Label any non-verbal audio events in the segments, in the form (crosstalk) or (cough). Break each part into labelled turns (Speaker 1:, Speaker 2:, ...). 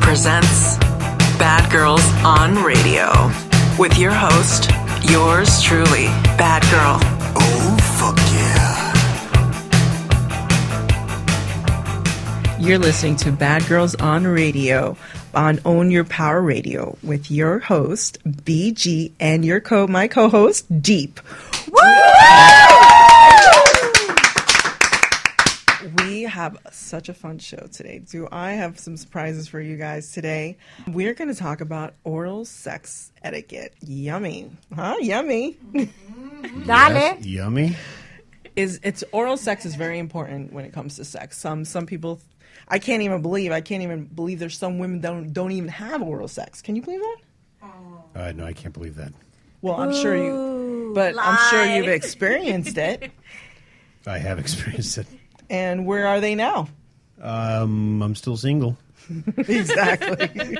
Speaker 1: presents Bad Girls on Radio with your host, yours truly, Bad Girl.
Speaker 2: Oh, fuck yeah.
Speaker 3: You're listening to Bad Girls on Radio on Own Your Power Radio with your host BG and your co my co-host Deep. We have such a fun show today. Do I have some surprises for you guys today? We're going to talk about oral sex etiquette. Yummy. Huh? Yummy.
Speaker 4: Dale.
Speaker 2: Yummy.
Speaker 3: is it's oral sex is very important when it comes to sex. Some some people, I can't even believe I can't even believe there's some women don't don't even have oral sex. Can you believe that?
Speaker 2: Uh, no, I can't believe that.
Speaker 3: Well, I'm sure you, but I'm sure you've
Speaker 4: lie.
Speaker 3: experienced it.
Speaker 2: I have (laughs) experienced it.
Speaker 3: And where are they now?
Speaker 2: Um, I'm still single.
Speaker 3: (laughs) exactly.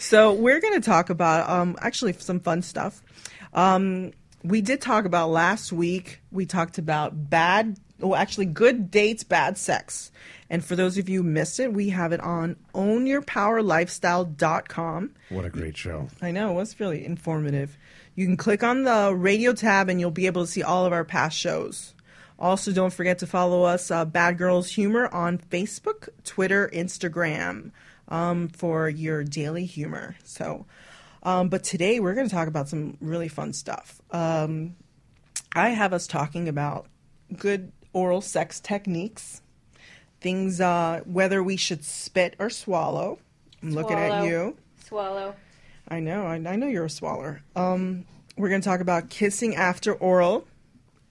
Speaker 3: so we're going to talk about um, actually some fun stuff. Um, we did talk about last week. We talked about bad, well, actually good dates, bad sex. And for those of you who missed it, we have it on ownyourpowerlifestyle.com.
Speaker 2: What a great show.
Speaker 3: I know, it was really informative. You can click on the radio tab and you'll be able to see all of our past shows. Also, don't forget to follow us, uh, Bad Girls Humor, on Facebook, Twitter, Instagram um, for your daily humor. So, um, but today we're going to talk about some really fun stuff. Um, I have us talking about good oral sex techniques, things, uh, whether we should spit or swallow. I'm looking at
Speaker 4: Swallow.
Speaker 3: you.
Speaker 4: Swallow.
Speaker 3: I know. I, I know you're a swaller. Um, we're going to talk about kissing after oral,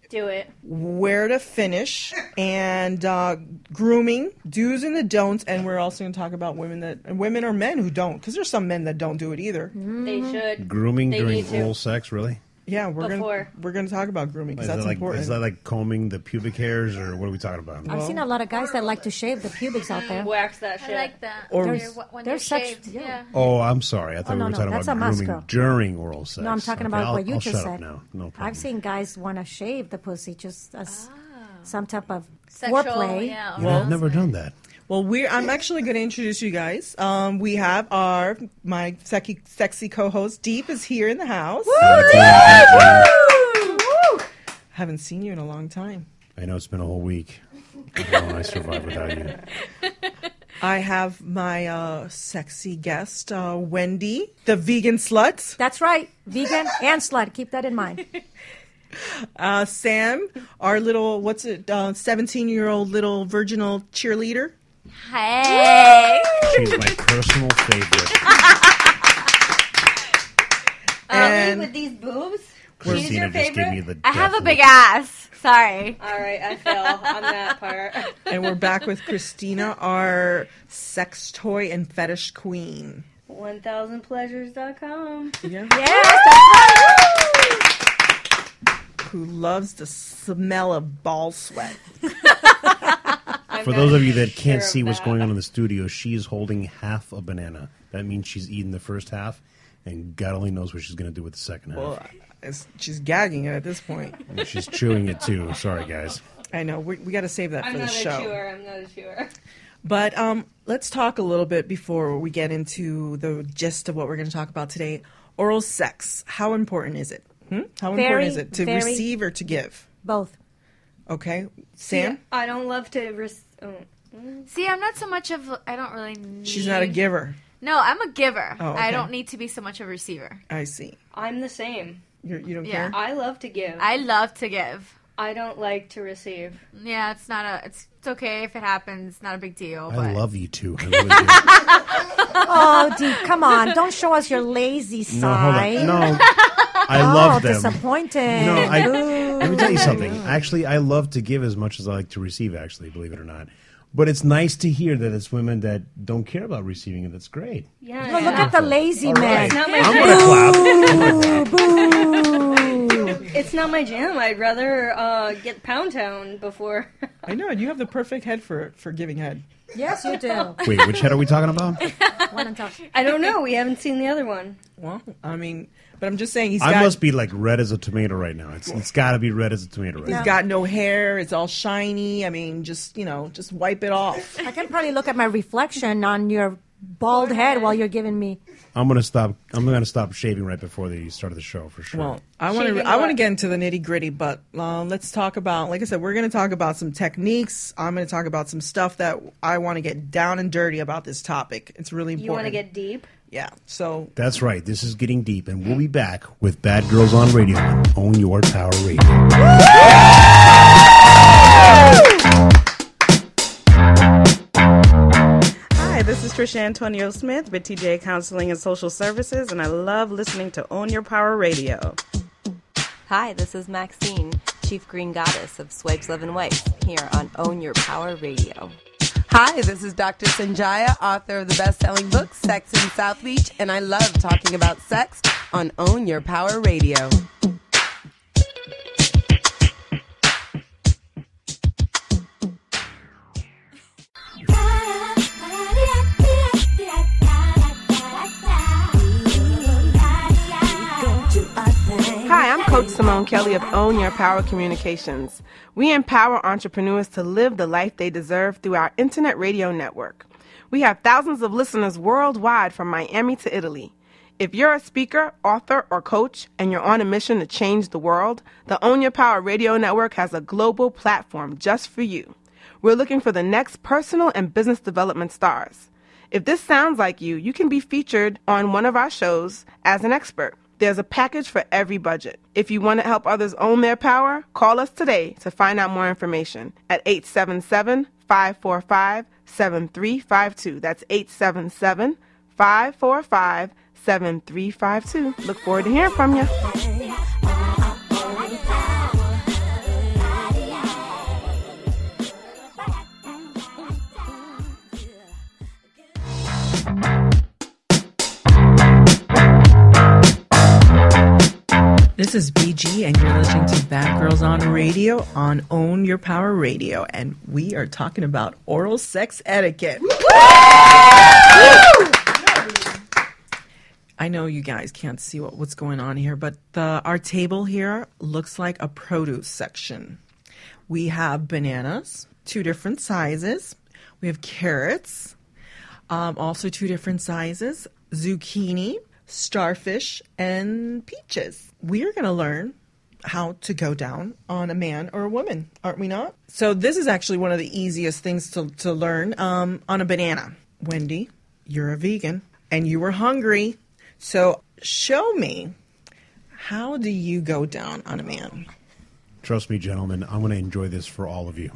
Speaker 4: Do it.
Speaker 3: where to finish, and uh, grooming, do's and the don'ts. And we're also going to talk about women that and women or men who don't, because there's some men that don't do it either.
Speaker 4: They
Speaker 5: Mm-hmm.
Speaker 4: should.
Speaker 2: Grooming
Speaker 4: They
Speaker 2: during
Speaker 4: need to.
Speaker 2: oral sex, really?
Speaker 3: Yeah, we're going
Speaker 4: Before.
Speaker 3: we're going to talk about grooming because
Speaker 2: Is
Speaker 3: that's
Speaker 2: that like
Speaker 3: important.
Speaker 2: is that like combing the pubic hairs, or what are we talking about?
Speaker 6: I've seen a lot of guys that like to shave the pubics out there.
Speaker 4: Wax that shit.
Speaker 5: I like that.
Speaker 3: Or-
Speaker 5: When
Speaker 3: There's-
Speaker 5: you're- when
Speaker 6: there's
Speaker 5: you're
Speaker 6: such-
Speaker 5: shaved,
Speaker 6: yeah.
Speaker 2: oh, I'm sorry. I thought
Speaker 6: Oh,
Speaker 2: we
Speaker 6: no,
Speaker 2: were
Speaker 6: no,
Speaker 2: talking
Speaker 6: that's
Speaker 2: about
Speaker 6: a
Speaker 2: grooming
Speaker 6: Moscow.
Speaker 2: during oral sex.
Speaker 6: No, I'm talking
Speaker 2: Okay,
Speaker 6: about
Speaker 2: I'll-
Speaker 6: what you
Speaker 2: I'll
Speaker 6: just
Speaker 2: shut
Speaker 6: said.
Speaker 2: Up now. No problem.
Speaker 6: I've seen guys want to shave the pussy just as
Speaker 7: Ah.
Speaker 6: some type of
Speaker 5: Sexual,
Speaker 6: foreplay.
Speaker 5: yeah.
Speaker 2: You know, I've never done that.
Speaker 3: well, we're I'm actually going to introduce you guys. Um, we have our my sexy sexy co-host Deep is here in the house. Haven't seen you in a long time.
Speaker 2: I know it's been a whole week. I don't know how I survived without you.
Speaker 3: I have my uh, sexy guest, uh, Wendy, the vegan slut,
Speaker 6: That's right, vegan and slut. Keep that in mind.
Speaker 3: uh, Sam, our little, what's it, 17 year old little virginal cheerleader.
Speaker 5: Hey.
Speaker 2: She's my personal
Speaker 6: (laughs)
Speaker 2: favorite.
Speaker 3: And-
Speaker 4: with these boobs?
Speaker 2: Christina
Speaker 4: your
Speaker 2: just gave
Speaker 4: favorite?
Speaker 2: me the.
Speaker 5: I have a
Speaker 2: death
Speaker 5: big
Speaker 2: look.
Speaker 5: ass. Sorry.
Speaker 4: All right, I fell on that part.
Speaker 5: (laughs)
Speaker 3: And we're back with Christina, our sex toy and fetish queen.
Speaker 4: 1000pleasures.com.
Speaker 3: Yeah.
Speaker 6: Yes,
Speaker 3: Who loves the smell of ball sweat.
Speaker 2: For those of you that can't
Speaker 4: sure
Speaker 2: see
Speaker 4: of
Speaker 2: what's
Speaker 4: that.
Speaker 2: going on in the studio, she is holding half a banana. That means she's eating the first half, and God only knows what she's going to do with the second half.
Speaker 3: Well, it's, she's gagging it at this point.
Speaker 2: And she's chewing it too. Sorry, guys.
Speaker 3: I know, we, we got to save that
Speaker 4: I'm
Speaker 3: for the
Speaker 4: not a
Speaker 3: show.
Speaker 4: chewer. I'm not a chewer.
Speaker 3: But um, let's talk a little bit before we get into the gist of what we're going to talk about today. Oral sex. How important is it? Hmm? How
Speaker 6: Very,
Speaker 3: important is it to
Speaker 6: very-
Speaker 3: receive or to give?
Speaker 6: both.
Speaker 3: Okay, Sam.
Speaker 4: (laughs) I don't love to. Res- oh.
Speaker 5: See, I'm not so much of. I don't really. Need,
Speaker 3: She's not a giver.
Speaker 5: No, I'm a giver.
Speaker 3: Oh, okay.
Speaker 5: I don't need to be so much a receiver.
Speaker 3: I see.
Speaker 4: I'm the same.
Speaker 3: You're, you don't
Speaker 5: Yeah.
Speaker 3: care.
Speaker 4: I love to give. I,
Speaker 5: I love to give.
Speaker 4: don't like to receive.
Speaker 5: Yeah, it's not a. It's, it's okay if it happens. Not a big deal.
Speaker 2: I
Speaker 5: but
Speaker 2: love you too. I really do.
Speaker 6: Oh, deep. Come on, don't show us your lazy
Speaker 2: No, hold
Speaker 6: side.
Speaker 2: on. No, I
Speaker 6: oh,
Speaker 2: love them.
Speaker 6: disappointed.
Speaker 2: No, I, let me tell you something. Actually, I love to give as much as I like to receive. Actually, believe it or not, but it's nice to hear that it's women that don't care about receiving it. That's great.
Speaker 4: Yeah.
Speaker 6: Well, look at the lazy man.
Speaker 4: It's not my
Speaker 2: I'm
Speaker 4: jam.
Speaker 2: gonna clap. I'm gonna clap.
Speaker 4: It's not my jam. I'd rather uh, get Pound Town before. (laughs)
Speaker 3: I know. You have the perfect head for for giving head.
Speaker 6: Yes, you do.
Speaker 2: Wait, which head are we talking about?
Speaker 6: One on top.
Speaker 4: I don't know. We haven't seen the other one.
Speaker 3: Well, I mean, but I'm just saying he's
Speaker 2: I
Speaker 3: got
Speaker 2: must be like red as a tomato right now. It's it's got to be red as a tomato right
Speaker 3: he's
Speaker 2: now.
Speaker 3: got no hair. It's all shiny. I mean, just you know, just wipe it off.
Speaker 6: I can probably look at my reflection on your bald head while you're giving me.
Speaker 2: I'm gonna stop. I'm gonna stop shaving right before the start of the show for sure.
Speaker 3: Well, I want to
Speaker 7: Shaving
Speaker 3: I want to
Speaker 7: what?
Speaker 3: get into the nitty gritty, but um, let's talk about. Like I said, we're going to talk about some techniques. I'm going to talk about some stuff that I want to get down and dirty about this topic. It's really important.
Speaker 7: You want to get deep?
Speaker 3: yeah. So
Speaker 2: That's right. This is getting deep, and we'll be back with Bad Girls on Radio on Own Your Power Radio.
Speaker 8: Hi, this is Trisha Antonio Smith with TJ Counseling and Social Services, and I love listening to Own Your Power Radio.
Speaker 4: Hi, this is Maxine, Chief Green Goddess of Swipes, Love, and Wipes, here on Own Your Power Radio.
Speaker 9: Hi, this is Dr. Sanjaya, author of the best selling book, Sex in South Beach, and I love talking about sex on Own Your Power Radio.
Speaker 10: Hi, I'm Coach Simone Kelly of Own Your Power Communications. We empower entrepreneurs to live the life they deserve through our internet radio network. We have thousands of listeners worldwide from Miami to Italy. If you're a speaker, author, or coach and you're on a mission to change the world, the Own Your Power Radio Network has a global platform just for you. We're looking for the next personal and business development stars. If this sounds like you, you can be featured on one of our shows as an expert. There's a package for every budget. If you want to help others own their power, call us today to find out more information at 877 545 7352. That's 877 545 7352. Look forward to hearing from you.
Speaker 3: this is BG, and you're listening to Bad Girls on Radio on Own Your Power Radio, and we are talking about oral sex etiquette. I know you guys can't see what, what's going on here, but the, our table here looks like a produce section. We have bananas, two different sizes. We have carrots, um, also two different sizes, zucchini, starfish, and peaches. We are going to learn how to go down on a man or a woman, aren't we not? So this is actually one of the easiest things to, to learn um, on a banana. Wendy, you're a vegan and you were hungry. So show me how do you go down on a man?
Speaker 2: Trust me, gentlemen, I'm gonna enjoy this for all of you.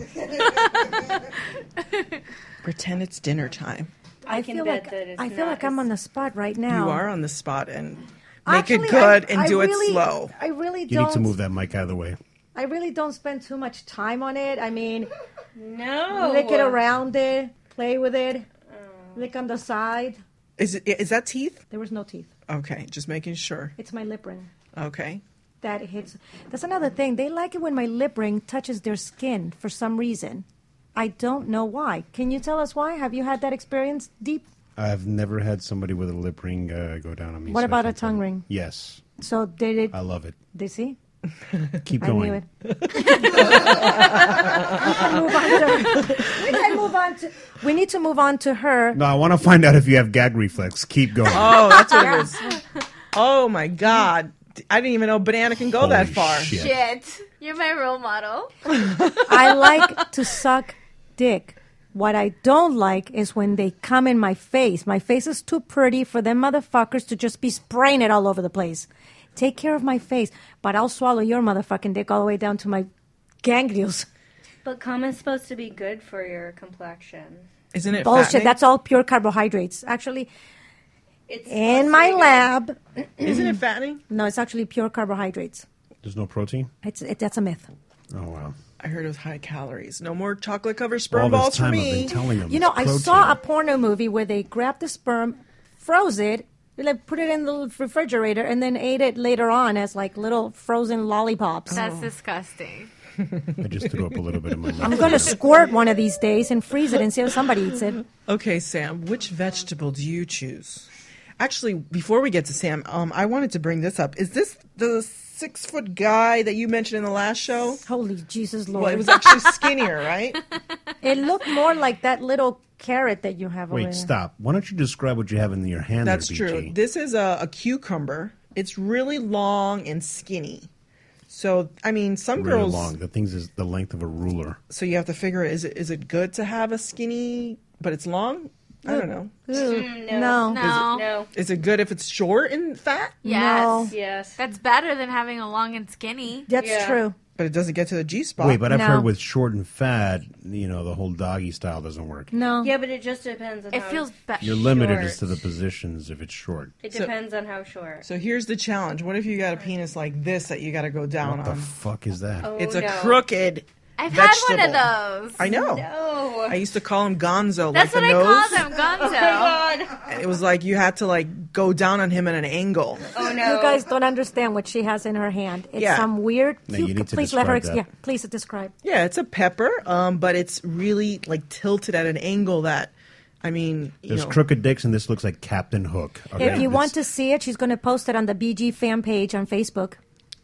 Speaker 3: Pretend it's dinner time.
Speaker 7: I, can
Speaker 6: feel
Speaker 7: bet
Speaker 6: like
Speaker 7: that it's
Speaker 6: I feel
Speaker 7: not
Speaker 6: like I'm on the spot right now.
Speaker 3: You are on the spot and make
Speaker 6: Actually,
Speaker 3: it good
Speaker 6: I-
Speaker 3: and
Speaker 6: I
Speaker 3: do
Speaker 6: really-
Speaker 3: it slow.
Speaker 6: I really
Speaker 2: You
Speaker 6: don't.
Speaker 2: need to move that mic out of the way.
Speaker 6: I really don't spend too much time on it. I mean,
Speaker 7: No.
Speaker 6: lick it around it, play with it, lick on the side.
Speaker 3: Is it, is that teeth?
Speaker 6: There was no teeth.
Speaker 3: Okay, just making sure.
Speaker 6: It's my lip ring
Speaker 3: Okay.
Speaker 6: that hits. That's another thing. They like it when my lip ring touches their skin for some reason. I don't know why. Can you tell us why? Have you had that experience? Deep.
Speaker 2: I've never had somebody with a lip ring uh, go down on me.
Speaker 6: What
Speaker 2: so I
Speaker 6: about
Speaker 2: can't
Speaker 6: a tongue
Speaker 2: tell you.
Speaker 6: ring?
Speaker 2: Yes,
Speaker 6: So did it?
Speaker 2: I love it.
Speaker 6: They see.
Speaker 2: Keep
Speaker 6: I knew
Speaker 2: going.
Speaker 6: it. (laughs) we can move on to. We can move on to. We need to move on to her.
Speaker 2: No, I want to find out if you have gag reflex. Keep going.
Speaker 3: Oh, that's what it is. Oh my God. I didn't even know banana can go that
Speaker 2: Holy
Speaker 3: far.
Speaker 2: shit.
Speaker 5: Shit, you're my role model.
Speaker 6: (laughs) I like to suck dick. What I don't like is when they come in my face. My face is too pretty for them motherfuckers to just be spraying it all over the place. Take care of my face, but I'll swallow your motherfucking dick all the way down to my (laughs) ganglios.
Speaker 7: But comment's supposed to be good for your complexion.
Speaker 3: Isn't it
Speaker 6: Bullshit.
Speaker 3: fattening?
Speaker 6: That's all pure carbohydrates. Actually,
Speaker 7: It's supposed
Speaker 6: in
Speaker 7: to
Speaker 6: my
Speaker 7: be good.
Speaker 6: lab,
Speaker 3: Isn't it fattening?
Speaker 6: no, it's actually pure carbohydrates.
Speaker 2: There's no protein.
Speaker 6: It's, it, that's a myth.
Speaker 2: Oh wow!
Speaker 3: I heard it was high calories. No more chocolate covered
Speaker 2: All this
Speaker 3: sperm balls for
Speaker 2: time I've been
Speaker 3: me.
Speaker 2: telling them.
Speaker 6: You know,
Speaker 2: it's
Speaker 6: I
Speaker 2: protein.
Speaker 6: saw a porno movie where they grabbed the sperm, froze it, like put it in the refrigerator, and then ate it later on as like little frozen lollipops.
Speaker 5: That's disgusting.
Speaker 2: I just threw up a little bit in my mouth.
Speaker 6: I'm gonna squirt one of these days and freeze it and see if somebody eats it.
Speaker 3: Okay, Sam, which vegetable do you choose? Actually, before we get to Sam, um, I wanted to bring this up. Is this the six foot guy that you mentioned in the last show.
Speaker 6: Holy Jesus
Speaker 3: Well, it
Speaker 6: Lord.
Speaker 3: was
Speaker 6: (laughs)
Speaker 3: actually skinnier, right?
Speaker 6: It looked more like that little carrot that you have over there.
Speaker 2: Wait, stop. Why don't you describe what you have in your hand?
Speaker 3: That's
Speaker 2: there,
Speaker 3: true.
Speaker 2: BG?
Speaker 3: This is a, a cucumber. It's really long and skinny. So I mean, some
Speaker 2: really
Speaker 3: girls.
Speaker 2: long. The thing's is the length of a ruler.
Speaker 3: So you have to figure: is it is it good to have a skinny, but it's long? I don't know.
Speaker 4: Mm,
Speaker 6: No.
Speaker 5: No.
Speaker 4: No.
Speaker 3: Is it good if it's short and fat,
Speaker 5: Yes.
Speaker 6: No.
Speaker 4: Yes.
Speaker 5: That's better than having a long and skinny.
Speaker 6: That's
Speaker 4: Yeah.
Speaker 6: true.
Speaker 3: but it doesn't get to the G spot?
Speaker 2: Wait, but I've
Speaker 6: No.
Speaker 2: heard with short and fat, you know, the whole doggy style doesn't work.
Speaker 6: No.
Speaker 4: Yeah, but it just depends on
Speaker 5: It
Speaker 4: how
Speaker 5: feels better.
Speaker 2: You're limited
Speaker 4: Short.
Speaker 2: as to the positions if it's short.
Speaker 4: It
Speaker 3: So-
Speaker 4: depends on how short.
Speaker 3: So here's the challenge: what if you got a penis like this that you got to go down
Speaker 2: What the
Speaker 3: on?
Speaker 2: fuck is that?
Speaker 4: Oh,
Speaker 3: it's a
Speaker 4: no.
Speaker 3: crooked.
Speaker 5: I've had
Speaker 3: vegetable.
Speaker 5: one of those.
Speaker 3: I know.
Speaker 4: No.
Speaker 3: I used to call him Gonzo.
Speaker 5: That's what
Speaker 3: like
Speaker 5: I
Speaker 3: the nose.
Speaker 5: call them, Gonzo.
Speaker 3: And It was like you had to like go down on him at an angle.
Speaker 4: Oh
Speaker 6: You
Speaker 4: no.
Speaker 6: guys don't understand what she has in her hand. It's
Speaker 3: Yeah.
Speaker 6: some weird.
Speaker 2: No, you
Speaker 6: cuc-
Speaker 2: need to
Speaker 6: please let her.
Speaker 2: describe that.
Speaker 6: Yeah, please describe.
Speaker 3: Yeah, it's a pepper, um, but it's really like tilted at an angle that, I mean, you
Speaker 2: There's
Speaker 3: know,
Speaker 2: crooked dicks, and this looks like Captain Hook. okay?
Speaker 6: If you want to
Speaker 2: It's-
Speaker 6: see it, she's going to post it on the BG fan page on Facebook.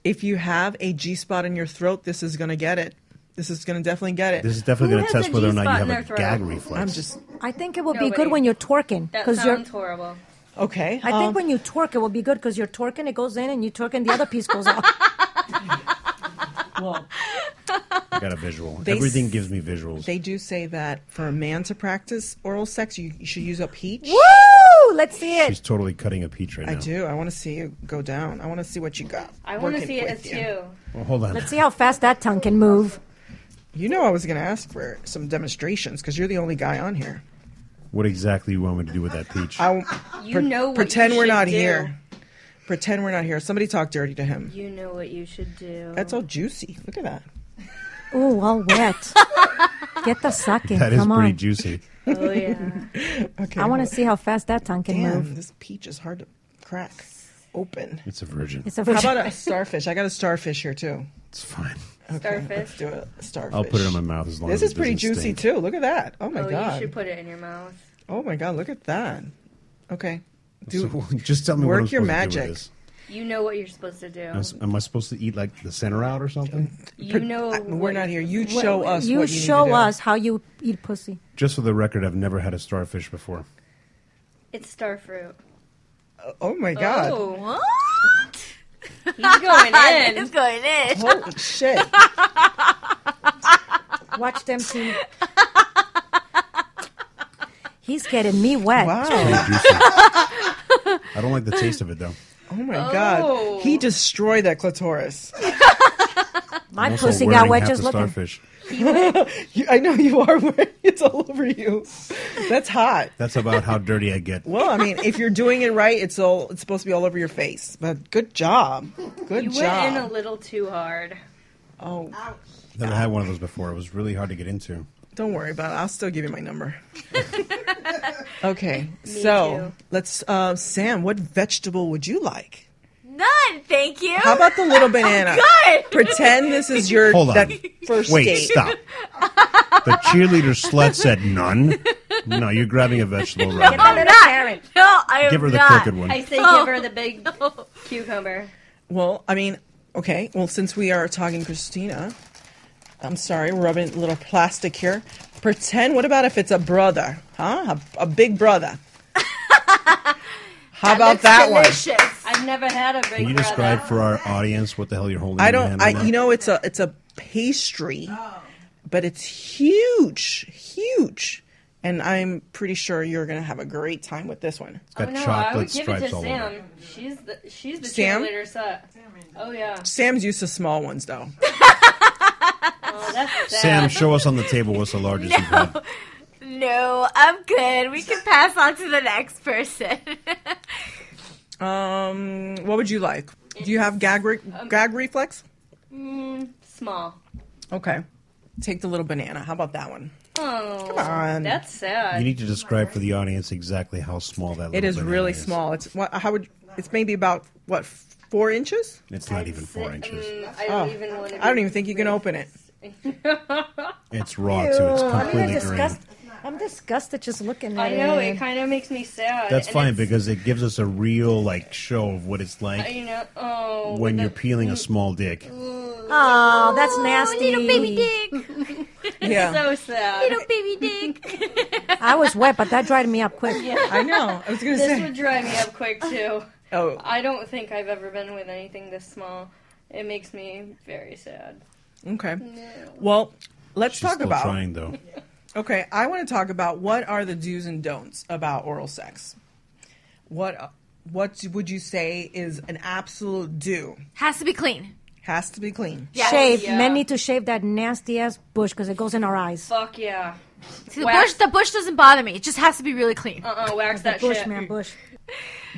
Speaker 3: if you have a G spot in your throat, this is gonna get it. This is gonna definitely get it.
Speaker 2: this is definitely
Speaker 4: Who
Speaker 2: going to
Speaker 4: has a
Speaker 2: test whether or not
Speaker 4: G-spot
Speaker 2: you
Speaker 4: in
Speaker 2: have a
Speaker 4: their
Speaker 2: gag
Speaker 4: throat?
Speaker 2: reflex.
Speaker 3: I'm just
Speaker 6: I think it will be good
Speaker 4: Nobody-
Speaker 6: when you're twerking
Speaker 4: that
Speaker 6: because you're.
Speaker 4: sounds horrible.
Speaker 3: okay.
Speaker 6: I
Speaker 3: um,
Speaker 6: think when you twerk, it will be good because you're twerking, it goes in, and you twerk, and the other piece goes
Speaker 4: (laughs)
Speaker 6: out.
Speaker 3: well,
Speaker 2: I got a visual.
Speaker 3: They
Speaker 2: Everything
Speaker 3: s-
Speaker 2: gives me visuals.
Speaker 3: they do say that for a man to practice oral sex, you, you should use a peach.
Speaker 6: Woo! Let's see
Speaker 2: She's
Speaker 6: it.
Speaker 2: totally cutting a peach right
Speaker 3: I
Speaker 2: now.
Speaker 3: do. I want to see you go down. I want to see what you got.
Speaker 4: I want to
Speaker 3: working
Speaker 4: see it as
Speaker 3: with you.
Speaker 4: too.
Speaker 2: Well, hold on.
Speaker 6: Let's see how fast that tongue can move.
Speaker 3: You know, I was going to ask for some demonstrations because you're the only guy on here.
Speaker 2: What exactly you want me to do with that peach?
Speaker 3: I
Speaker 4: You know what
Speaker 3: pretend
Speaker 4: you
Speaker 3: we're
Speaker 4: should
Speaker 3: not
Speaker 4: do.
Speaker 3: here. Pretend we're not here. Somebody talk dirty to him.
Speaker 4: You know what you should do.
Speaker 3: That's all juicy. Look at that.
Speaker 6: Ooh, all
Speaker 4: (laughs)
Speaker 6: wet. Get the suck in.
Speaker 2: that is
Speaker 6: Come
Speaker 2: pretty
Speaker 6: on.
Speaker 2: juicy.
Speaker 4: Oh yeah.
Speaker 3: Okay.
Speaker 6: I want to see how fast that tongue can
Speaker 3: Damn,
Speaker 6: move.
Speaker 3: this peach is hard to crack open.
Speaker 2: It's a virgin.
Speaker 6: It's a
Speaker 3: How about a starfish? I got a starfish here too.
Speaker 2: It's fine.
Speaker 3: Let's
Speaker 4: Starfish.
Speaker 3: do a starfish.
Speaker 2: I'll put it in my mouth as long
Speaker 3: This
Speaker 2: as
Speaker 3: is pretty juicy too. Look at that. Oh my
Speaker 4: Oh, you
Speaker 3: god.
Speaker 4: should put it in your mouth.
Speaker 3: oh my god. Look at that. Okay.
Speaker 2: too. (laughs)
Speaker 3: Do
Speaker 2: just tell me what
Speaker 3: Work
Speaker 2: I'm
Speaker 3: your
Speaker 2: supposed to do
Speaker 3: magic.
Speaker 2: with this.
Speaker 4: You know what you're supposed to do.
Speaker 2: Am I s- Am I supposed to eat like the center out or something?
Speaker 4: You know.
Speaker 3: I- we're
Speaker 4: Oh, what
Speaker 3: not
Speaker 4: you-
Speaker 3: here. You show us.
Speaker 6: you
Speaker 3: what you need to
Speaker 6: show
Speaker 3: do.
Speaker 6: us how you eat pussy.
Speaker 2: Just for the record, I've never had a starfish before.
Speaker 4: It's star fruit.
Speaker 3: Oh my god.
Speaker 4: Oh,
Speaker 5: What?
Speaker 4: (laughs) he's going in.
Speaker 5: It's going in.
Speaker 4: (laughs)
Speaker 3: Holy shit.
Speaker 6: Watch
Speaker 4: (laughs)
Speaker 6: them see. He's getting me wet.
Speaker 3: Wow.
Speaker 6: Oh.
Speaker 2: Pretty juicy. I
Speaker 6: (laughs)
Speaker 2: don't like the taste of it though.
Speaker 3: Oh my god. He destroyed that clitoris.
Speaker 6: My
Speaker 2: I'm also
Speaker 6: pussy
Speaker 2: wearing
Speaker 6: got wet
Speaker 2: half
Speaker 6: just
Speaker 2: the
Speaker 6: looking.
Speaker 2: starfish.
Speaker 3: You- I know you are (laughs) wearing it's all over you. That's hot.
Speaker 2: That's about
Speaker 6: (laughs)
Speaker 2: how dirty I get.
Speaker 3: Well, I mean, if you're doing it right, it's all it's supposed to be all over your face. But good job. Good
Speaker 4: You went
Speaker 3: job.
Speaker 4: in a little too hard.
Speaker 3: oh,
Speaker 2: Never had one of those before. It was really hard to get into.
Speaker 3: don't worry about it. I'll still give you
Speaker 5: (laughs)
Speaker 3: my number. okay. so,
Speaker 4: too.
Speaker 3: let's uh Sam, what vegetable would you like?
Speaker 5: None, thank you.
Speaker 3: How about
Speaker 5: (laughs)
Speaker 3: the little banana?
Speaker 5: Good.
Speaker 3: Pretend this is
Speaker 5: (laughs)
Speaker 3: your
Speaker 2: Hold on.
Speaker 3: that first
Speaker 2: Wait,
Speaker 3: date.
Speaker 2: stop. The cheerleader slut said none. No, you're grabbing a vegetable right now.
Speaker 5: I'm not. No, I am
Speaker 2: Give her the
Speaker 5: not.
Speaker 2: crooked one.
Speaker 4: I (laughs) say
Speaker 5: Oh.
Speaker 4: give her the big cucumber.
Speaker 3: Well, I mean, okay. Well, since we are talking Christina, I'm sorry, we're rubbing a little plastic here. Pretend, what about if it's a brother? Huh? A, a
Speaker 5: (laughs)
Speaker 3: big brother. How about that
Speaker 5: Delicious.
Speaker 3: one?
Speaker 4: I've never had a big
Speaker 2: Can you
Speaker 4: brother.
Speaker 2: describe for our audience what the hell you're holding?
Speaker 3: I
Speaker 2: in your
Speaker 3: don't
Speaker 2: hand right
Speaker 3: I
Speaker 2: now?
Speaker 3: you know it's a it's a pastry. But it's huge, huge. And I'm pretty sure you're going to have a great time with this one.
Speaker 2: It's got
Speaker 4: oh, no, I
Speaker 2: chocolate
Speaker 4: would give it to
Speaker 2: stripes all over. it.
Speaker 4: Sam. She's the she's the
Speaker 3: Sam?
Speaker 4: cheerleader set. Oh yeah.
Speaker 3: Sam's used to small ones though.
Speaker 4: Oh, that's
Speaker 2: Sam,
Speaker 4: sad.
Speaker 2: show us on the table
Speaker 4: (laughs)
Speaker 2: what's the largest you've had.
Speaker 5: (laughs) No, I'm good. We can pass on to the next person.
Speaker 3: Um, what would you like? Do you have gag re- gag reflex?
Speaker 4: Mm, small.
Speaker 3: Okay. Take the little banana. How about that one?
Speaker 4: Oh,
Speaker 3: Come on.
Speaker 4: that's
Speaker 2: You
Speaker 4: sad.
Speaker 2: need to describe for the audience exactly how small that.
Speaker 3: It
Speaker 2: little
Speaker 3: is
Speaker 2: banana
Speaker 3: really
Speaker 2: is.
Speaker 3: small. It's what? How would? It's maybe about what? Four inches?
Speaker 2: It's not even four inches.
Speaker 4: Mm, I don't even want to.
Speaker 3: I don't even think you can open it.
Speaker 2: It's raw too. It's
Speaker 6: Ew, I'm
Speaker 2: completely
Speaker 6: gonna
Speaker 2: green.
Speaker 6: disgust- I'm disgusted just looking
Speaker 4: (laughs)
Speaker 6: at
Speaker 4: I
Speaker 6: it.
Speaker 4: know it kind of makes me sad.
Speaker 2: That's
Speaker 4: and
Speaker 2: fine
Speaker 4: it's-
Speaker 2: because it gives us a real like show of what it's like
Speaker 4: you know, oh,
Speaker 2: when
Speaker 4: with
Speaker 2: you're
Speaker 4: the-
Speaker 2: peeling a small dick.
Speaker 6: Oh, that's nasty.
Speaker 4: little baby dick. (laughs) it's
Speaker 6: Yeah.
Speaker 4: so sad. Little baby dick. (laughs)
Speaker 6: I was wet, but that dried me up quick.
Speaker 3: I know. I was gonna
Speaker 4: this
Speaker 2: (laughs)
Speaker 3: say.
Speaker 4: would dry me up quick too.
Speaker 3: Oh.
Speaker 4: I don't think I've ever been with anything this small. It makes me very sad.
Speaker 3: Okay. Well, let's
Speaker 2: She's
Speaker 3: talk
Speaker 2: still
Speaker 3: about.
Speaker 2: trying
Speaker 3: (laughs)
Speaker 2: though.
Speaker 3: Okay, I want to talk about what are the do's and don'ts about oral sex. What what would you say is an absolute do?
Speaker 5: (laughs) Has to be clean.
Speaker 3: Has to be clean.
Speaker 6: Shave. Men need to shave that nasty ass bush because it goes in our eyes.
Speaker 4: Fuck yeah.
Speaker 5: See, the
Speaker 4: Wax-
Speaker 5: bush, the bush doesn't bother me. It just has to be really clean.
Speaker 4: Uh uh wax that
Speaker 6: bush,
Speaker 4: shit.
Speaker 6: man, bush.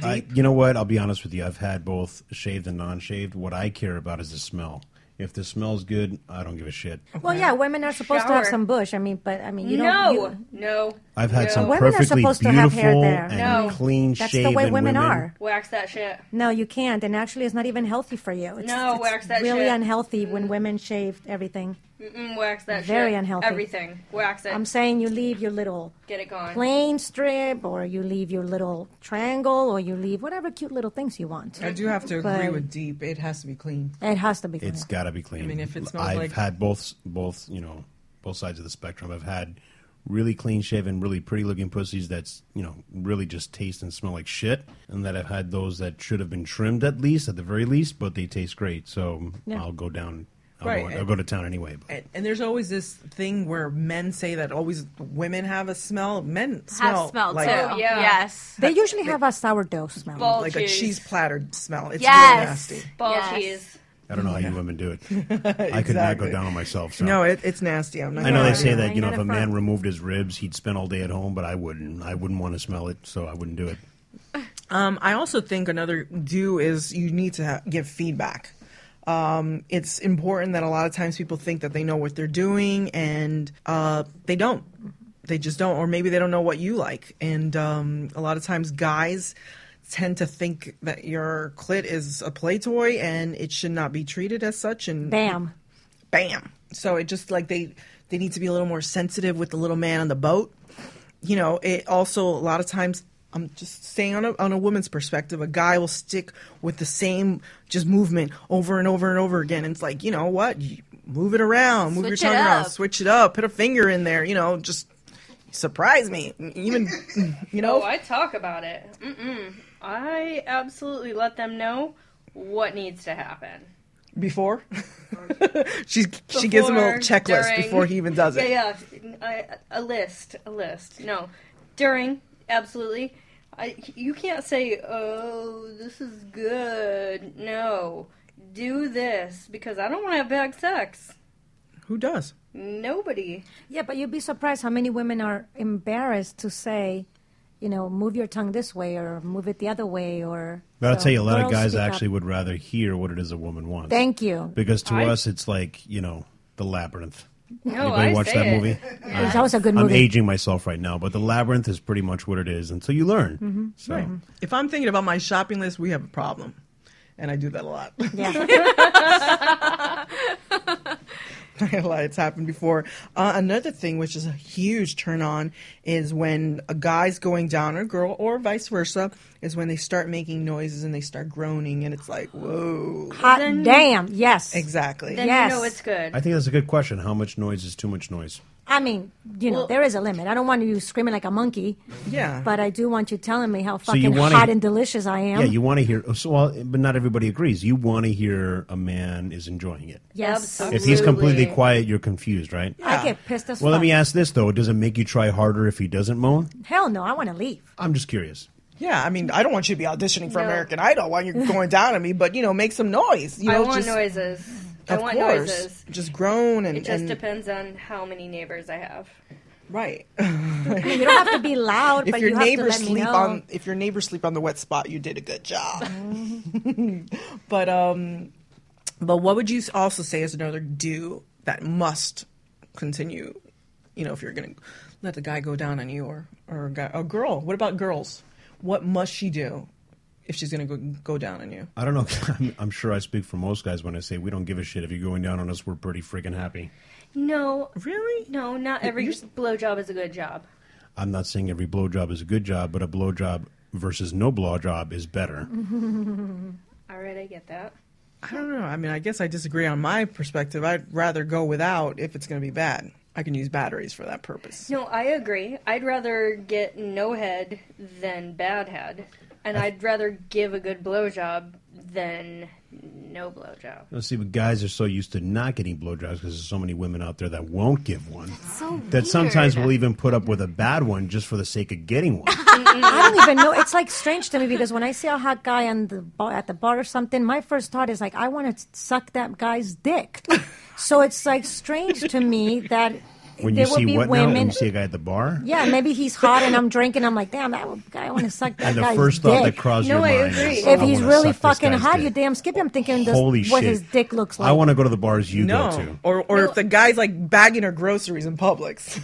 Speaker 2: I, you know what? I'll be honest with you. I've had both shaved and non-shaved. What I care about is the smell. If the smell's good, I don't give a shit.
Speaker 6: Well, yeah, women are supposed to have
Speaker 4: Shower.
Speaker 6: some bush. I mean, but I mean, you
Speaker 4: no,
Speaker 6: don't. you-
Speaker 4: no.
Speaker 2: I've had
Speaker 4: no.
Speaker 2: some
Speaker 6: Women are
Speaker 2: perfectly
Speaker 6: supposed to
Speaker 2: beautiful
Speaker 6: have hair there.
Speaker 2: and
Speaker 4: No.
Speaker 2: clean
Speaker 6: That's the
Speaker 2: shaven
Speaker 6: way women are.
Speaker 4: Wax that shit.
Speaker 6: no, you can't. And actually, it's not even healthy for you. It's,
Speaker 4: No,
Speaker 6: it's
Speaker 4: wax that
Speaker 6: really
Speaker 4: shit.
Speaker 6: unhealthy when women shave everything.
Speaker 4: Mm-mm, Mm, wax that shit.
Speaker 6: Very unhealthy.
Speaker 4: Everything. Wax it.
Speaker 6: I'm saying you leave your little
Speaker 4: Get it gone.
Speaker 6: plain strip, or you leave your little triangle, or you leave whatever cute little things you want.
Speaker 3: I do have to agree
Speaker 6: But-
Speaker 3: with Deep. It has to be clean.
Speaker 6: It has to be clean.
Speaker 2: It's got to be clean.
Speaker 3: I mean, if it smells
Speaker 2: I've
Speaker 3: like-
Speaker 2: had both, both you know, both sides of the spectrum. I've had really clean shaven, really pretty looking pussies that's you know really just taste and smell like shit, and that I've had those that should have been trimmed at least, at the very least, but they taste great. So
Speaker 6: Yeah.
Speaker 2: I'll go down. I'll,
Speaker 3: Right,
Speaker 2: go, I'll
Speaker 3: and-
Speaker 2: go to town anyway. But
Speaker 3: And, and there's always this thing where men say that always women have a smell. Men smell
Speaker 5: Have smell
Speaker 3: like,
Speaker 5: too.
Speaker 4: Oh, yeah.
Speaker 5: Yes.
Speaker 6: They usually have a sourdough smell.
Speaker 4: Ball
Speaker 3: like a
Speaker 4: cheese.
Speaker 3: cheese platter smell. It's really
Speaker 5: Yes.
Speaker 3: nasty.
Speaker 4: Ball
Speaker 5: Yes. (laughs)
Speaker 4: cheese.
Speaker 2: I don't know how you women
Speaker 3: (laughs)
Speaker 2: do it. I could not go
Speaker 3: Exactly.
Speaker 2: down on myself. So.
Speaker 3: No, it, it's nasty. I'm not.
Speaker 2: I know they
Speaker 6: Yeah,
Speaker 2: say
Speaker 6: yeah,
Speaker 2: that
Speaker 6: I
Speaker 2: you know
Speaker 6: got
Speaker 2: if
Speaker 6: it
Speaker 2: a man
Speaker 6: from-
Speaker 2: removed his ribs, he'd spend all day at home. But I wouldn't. I wouldn't want to smell it, so I wouldn't do it.
Speaker 3: Um, I also think another do is you need to ha- give feedback. Um, it's important that a lot of times people think that they know what they're doing and uh, they don't. They just don't, or maybe they don't know what you like. And um, a lot of times, guys tend to think that your clit is a play toy and it should not be treated as such. And
Speaker 6: Bam.
Speaker 3: bam. So it just like they they need to be a little more sensitive with the little man on the boat. You know, it also a lot of times I'm just saying on a on a woman's perspective, a guy will stick with the same just movement over and over and over again. And it's like, you know what? You move it around, move
Speaker 5: Switch
Speaker 3: your
Speaker 5: it
Speaker 3: tongue around,
Speaker 5: up.
Speaker 3: switch it up, put a finger in there, you know, just surprise me. Even (laughs) you know,
Speaker 4: Oh, I talk about it. Mm-mm. I absolutely let them know what needs to happen.
Speaker 3: before (laughs) she she gives him a
Speaker 4: Before,
Speaker 3: little checklist
Speaker 4: during-
Speaker 3: before he even does it.
Speaker 4: Yeah, yeah. I- A, list, a list. No, during, absolutely. I, you can't say, "Oh, this is good." No, do this because I don't want to have bad sex.
Speaker 3: Who does?
Speaker 4: Nobody.
Speaker 6: Yeah, but you'd be surprised how many women are embarrassed to say, you know, move your tongue this way or move it the other way or.
Speaker 2: But I'll
Speaker 6: So,
Speaker 2: tell you, a lot of
Speaker 6: girls
Speaker 2: guys
Speaker 6: speak up.
Speaker 2: actually would rather hear what it is a woman wants.
Speaker 6: Thank you.
Speaker 2: because to
Speaker 4: I-
Speaker 2: us, it's like you know the labyrinth.
Speaker 4: No,
Speaker 2: Anybody
Speaker 4: I
Speaker 2: watch
Speaker 4: say
Speaker 2: that
Speaker 4: it.
Speaker 2: movie?
Speaker 6: That was a good
Speaker 2: I'm
Speaker 6: movie.
Speaker 2: aging myself right now, but the labyrinth is pretty much what it is until you learn.
Speaker 4: Mm-hmm.
Speaker 2: So
Speaker 3: If I'm thinking about my shopping list, we have a problem. And I do that a lot. (laughs) a
Speaker 6: Yeah.
Speaker 3: lot it's happened before. Uh, another thing, which is a huge turn on, is when a guy's going down on a girl or vice versa, is when they start making noises and they start groaning, and it's like, whoa.
Speaker 6: Hot damn. Yes.
Speaker 3: Exactly.
Speaker 4: Then
Speaker 6: Yes.
Speaker 4: you know it's good.
Speaker 2: I think that's a good question. How much noise is too much noise?
Speaker 6: I mean, you know, there is a limit. I don't want you screaming like a monkey,
Speaker 3: Yeah.
Speaker 6: but I do want you telling me how
Speaker 2: you
Speaker 6: fucking
Speaker 2: wanna-
Speaker 6: hot and delicious I am.
Speaker 2: Yeah, you want to hear. oh, So, well, but not everybody agrees. You want to hear a man is enjoying it.
Speaker 6: yes.
Speaker 2: If he's completely
Speaker 4: Absolutely.
Speaker 2: quiet, you're confused, right?
Speaker 6: I get pissed as
Speaker 2: Well,
Speaker 6: fuck.
Speaker 2: let me ask this though: Does it make you try harder if he doesn't moan?
Speaker 6: Hell no, I want to leave.
Speaker 2: I'm just curious.
Speaker 3: yeah, I mean, I don't want you to be auditioning for American Idol while
Speaker 4: (laughs)
Speaker 3: you're going down on me, but, you know, make some noise. You
Speaker 4: I
Speaker 3: know,
Speaker 4: want
Speaker 3: just,
Speaker 4: noises. I
Speaker 3: Of
Speaker 4: want
Speaker 3: course.
Speaker 4: noises.
Speaker 3: Just groan and.
Speaker 4: It just
Speaker 3: and-
Speaker 4: depends on how many neighbors I have.
Speaker 3: Right. (laughs)
Speaker 6: You don't have to be loud,
Speaker 3: if
Speaker 6: but
Speaker 3: your
Speaker 6: you have to
Speaker 3: neighbors
Speaker 6: let me
Speaker 3: sleep
Speaker 6: know.
Speaker 3: on if your neighbors sleep on the wet spot, you did a good job. (laughs) but um, but what would you also say is another do that must continue? You know, if you're gonna let the guy go down on you or or a, guy, a girl. What about girls? What must she do if she's gonna go go down on you?
Speaker 2: I don't know. (laughs) I'm, I'm sure I speak for most guys when I say we don't give a shit if you're going down on us. We're pretty freaking happy.
Speaker 4: No,
Speaker 3: Really?
Speaker 4: no, not every
Speaker 3: You're s-
Speaker 4: blowjob is a good job.
Speaker 2: I'm not saying every blowjob is a good job, but a blowjob versus no blowjob is better.
Speaker 6: Mm-hmm.
Speaker 4: All right, I get that.
Speaker 3: I don't know. I mean, I guess I disagree on my perspective. I'd rather go without if it's going to be bad. I can use batteries for that purpose.
Speaker 4: No, I agree. I'd rather get no head than bad head, and I'd rather give a good blowjob than no
Speaker 2: (laughs)
Speaker 4: blowjob.
Speaker 2: Let's see, but guys are so used to not getting blowjobs because there's so many women out there that won't give one.
Speaker 6: so
Speaker 2: that sometimes will even put up with a bad one just for the sake of getting
Speaker 6: (laughs)
Speaker 2: one.
Speaker 6: I don't even know. It's like strange to me because when I see a hot guy on the bar, at the bar or something, my first thought is like, I want to suck that guy's dick. so it's like strange to me that
Speaker 2: When
Speaker 6: there
Speaker 2: you
Speaker 6: will
Speaker 2: see
Speaker 6: be
Speaker 2: what now? When
Speaker 6: women.
Speaker 2: you see a guy at the bar?
Speaker 6: yeah, maybe he's hot and I'm drinking. I'm like, damn, that guy, I want to suck that
Speaker 2: And the
Speaker 6: guy's
Speaker 2: first thought
Speaker 6: dick.
Speaker 2: that crossed your mind is, "Oh,
Speaker 6: If
Speaker 2: "I
Speaker 6: he's
Speaker 2: wanna
Speaker 6: really
Speaker 2: suck this
Speaker 6: fucking
Speaker 2: guy's
Speaker 6: hot,
Speaker 2: dick."
Speaker 6: you damn skippy. I'm thinking this,
Speaker 2: Holy
Speaker 6: what
Speaker 2: shit.
Speaker 6: his dick looks like.
Speaker 2: I want to go to the bars you
Speaker 3: no,
Speaker 2: go to.
Speaker 3: or or if the guy's like bagging her groceries in Publix,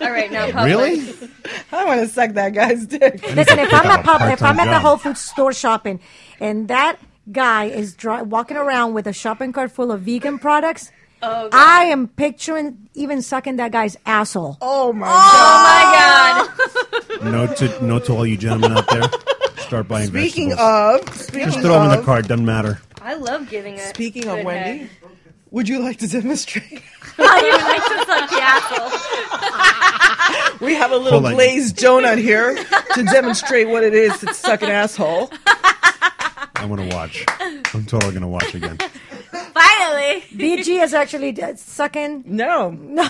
Speaker 3: (laughs)
Speaker 4: All right, now Publix.
Speaker 2: Really?
Speaker 3: I want to suck that guy's dick. (laughs)
Speaker 6: Listen, if I'm at pub, if I'm at the
Speaker 2: job.
Speaker 6: Whole Foods store shopping, and that guy is dri- walking around with a shopping cart full of vegan products,
Speaker 5: Oh,
Speaker 6: I am picturing even sucking that guy's asshole.
Speaker 3: Oh my
Speaker 2: Note to note to all you gentlemen out there: start buying
Speaker 3: god! Speaking
Speaker 2: vegetables.
Speaker 3: of, speaking
Speaker 2: Just throw them in the
Speaker 3: of-
Speaker 2: cart. Doesn't matter.
Speaker 4: I love giving it.
Speaker 3: Speaking of Wendy, would you like to demonstrate? (laughs) We have a little
Speaker 2: Hold on.
Speaker 3: glazed donut here (laughs) to demonstrate what it is to suck an asshole.
Speaker 2: I'm gonna watch. I'm totally gonna watch again.
Speaker 5: Finally.
Speaker 6: BG is actually d- sucking.
Speaker 3: No, no,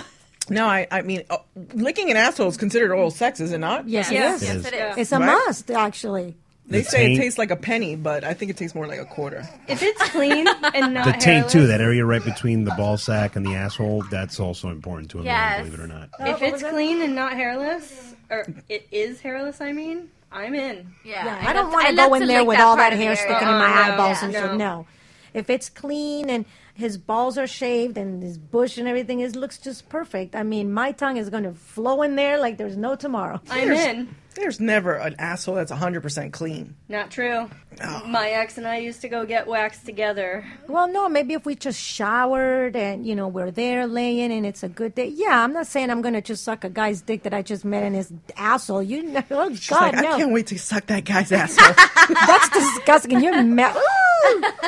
Speaker 3: no. I, I mean, uh, licking an asshole is considered oral sex, is it not?
Speaker 6: Yes,
Speaker 5: Yes,
Speaker 6: it is.
Speaker 5: yes, it is.
Speaker 6: It's a
Speaker 3: Right?
Speaker 6: must, actually.
Speaker 3: They say it
Speaker 2: taint.
Speaker 3: tastes like a penny, but I think it tastes more like a quarter.
Speaker 4: If it's clean
Speaker 2: (laughs)
Speaker 4: and not
Speaker 2: The taint too,
Speaker 4: hairless-
Speaker 2: that area right between the ball sack and the asshole, that's also important to a
Speaker 5: Yes.
Speaker 2: man, believe it or not.
Speaker 4: If it's clean and not hairless, or it is hairless, I mean, I'm in.
Speaker 5: Yeah,
Speaker 6: Yeah,
Speaker 5: I,
Speaker 6: I don't
Speaker 5: love-
Speaker 6: want
Speaker 5: I
Speaker 6: to
Speaker 5: love
Speaker 6: go in
Speaker 5: to
Speaker 6: there
Speaker 5: lick
Speaker 6: with
Speaker 5: that
Speaker 6: all
Speaker 5: part
Speaker 6: that
Speaker 5: of Oh, the
Speaker 6: hair
Speaker 5: area.
Speaker 6: sticking in my
Speaker 4: Uh-uh, no,
Speaker 6: eyeballs and shit.
Speaker 4: no.
Speaker 6: No. If it's clean and his balls are shaved and his bush and everything is looks just perfect. I mean, my tongue is going to flow in there like there's no tomorrow.
Speaker 4: I'm in.
Speaker 3: There's never an asshole that's 100% clean.
Speaker 4: Not true.
Speaker 2: Oh.
Speaker 4: My ex and I used to go get waxed together.
Speaker 6: Well, no, maybe if we just showered and you know we're there laying and it's a good day. Yeah, I'm not saying I'm gonna just suck a guy's dick that I just met in his asshole. You know, (laughs) oh
Speaker 3: She's
Speaker 6: god,
Speaker 3: like, I can't
Speaker 6: no,
Speaker 3: wait to suck that guy's (laughs) asshole.
Speaker 6: that's
Speaker 3: (laughs)
Speaker 6: disgusting. You're mad.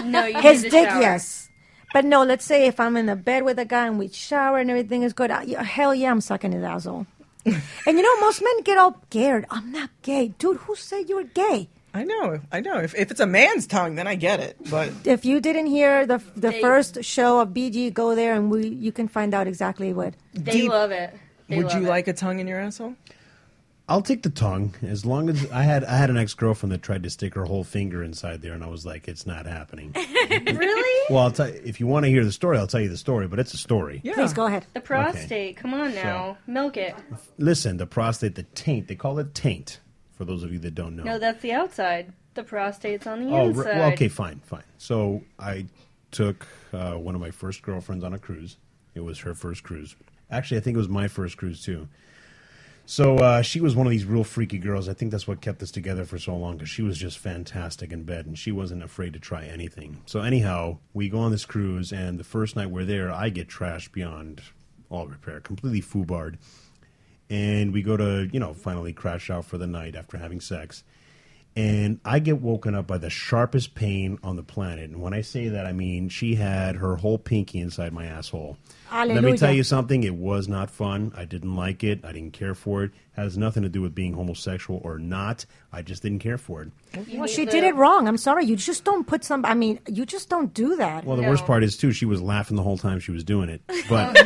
Speaker 4: No, you
Speaker 6: His
Speaker 4: need to
Speaker 6: dick,
Speaker 4: shower.
Speaker 6: yes, but no. Let's say if I'm in the bed with a guy and we shower and everything is good. I, yeah, hell yeah, I'm sucking
Speaker 3: (laughs)
Speaker 6: his asshole. and you know, most men get all scared. I'm not gay, dude. Who said you're gay?
Speaker 3: I know, I know. If, if it's a man's tongue, then I get it. But
Speaker 6: If you didn't hear the the first show of BG, go there and we you can find out exactly what.
Speaker 4: They
Speaker 3: Deep-
Speaker 4: love it. They
Speaker 3: would
Speaker 4: love
Speaker 3: you
Speaker 4: it.
Speaker 3: like a tongue in your asshole?
Speaker 2: I'll take the tongue as long as I had I had an ex girlfriend that tried to stick her whole finger inside there, and I was like, it's not happening.
Speaker 4: Really?
Speaker 2: well, I'll tell if you want to hear the story, I'll tell you the story, but it's a story.
Speaker 3: Yeah.
Speaker 6: Please go ahead.
Speaker 4: The prostate. Come on now. Milk it.
Speaker 2: Listen, the prostate, the taint, they call it taint. For those of you that don't know,
Speaker 4: No, that's the outside. The prostate's on the
Speaker 2: Oh, re-
Speaker 4: inside.
Speaker 2: well, okay, fine, fine. So I took uh, one of my first girlfriends on a cruise. It was her first cruise. Actually, I think it was my first cruise too. So uh, she was one of these real freaky girls. I think that's what kept us together for so long because she was just fantastic in bed and she wasn't afraid to try anything. So anyhow, we go on this cruise and the first night we're there, I get trashed beyond all repair, completely foobarred. And we go to you know finally crash out for the night after having sex and I get woken up by the sharpest pain on the planet. And when I say that, I mean she had her whole pinky inside my asshole. Let me
Speaker 6: Hallelujah.
Speaker 2: tell you something. It was not fun. I didn't like it. I didn't care for it. Has nothing to do with being homosexual or not. I just didn't care for it.
Speaker 6: Well, she did it wrong. I'm sorry. You just don't put some. I mean, you just don't do that.
Speaker 2: Well, the
Speaker 4: No.
Speaker 2: worst part is too. She was laughing the whole time she was doing it. But
Speaker 3: Or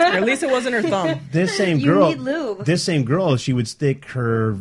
Speaker 3: at least it
Speaker 6: (laughs)
Speaker 3: wasn't her thumb.
Speaker 2: this same
Speaker 4: You
Speaker 2: girl,
Speaker 4: need lube.
Speaker 2: this same girl, she would stick her,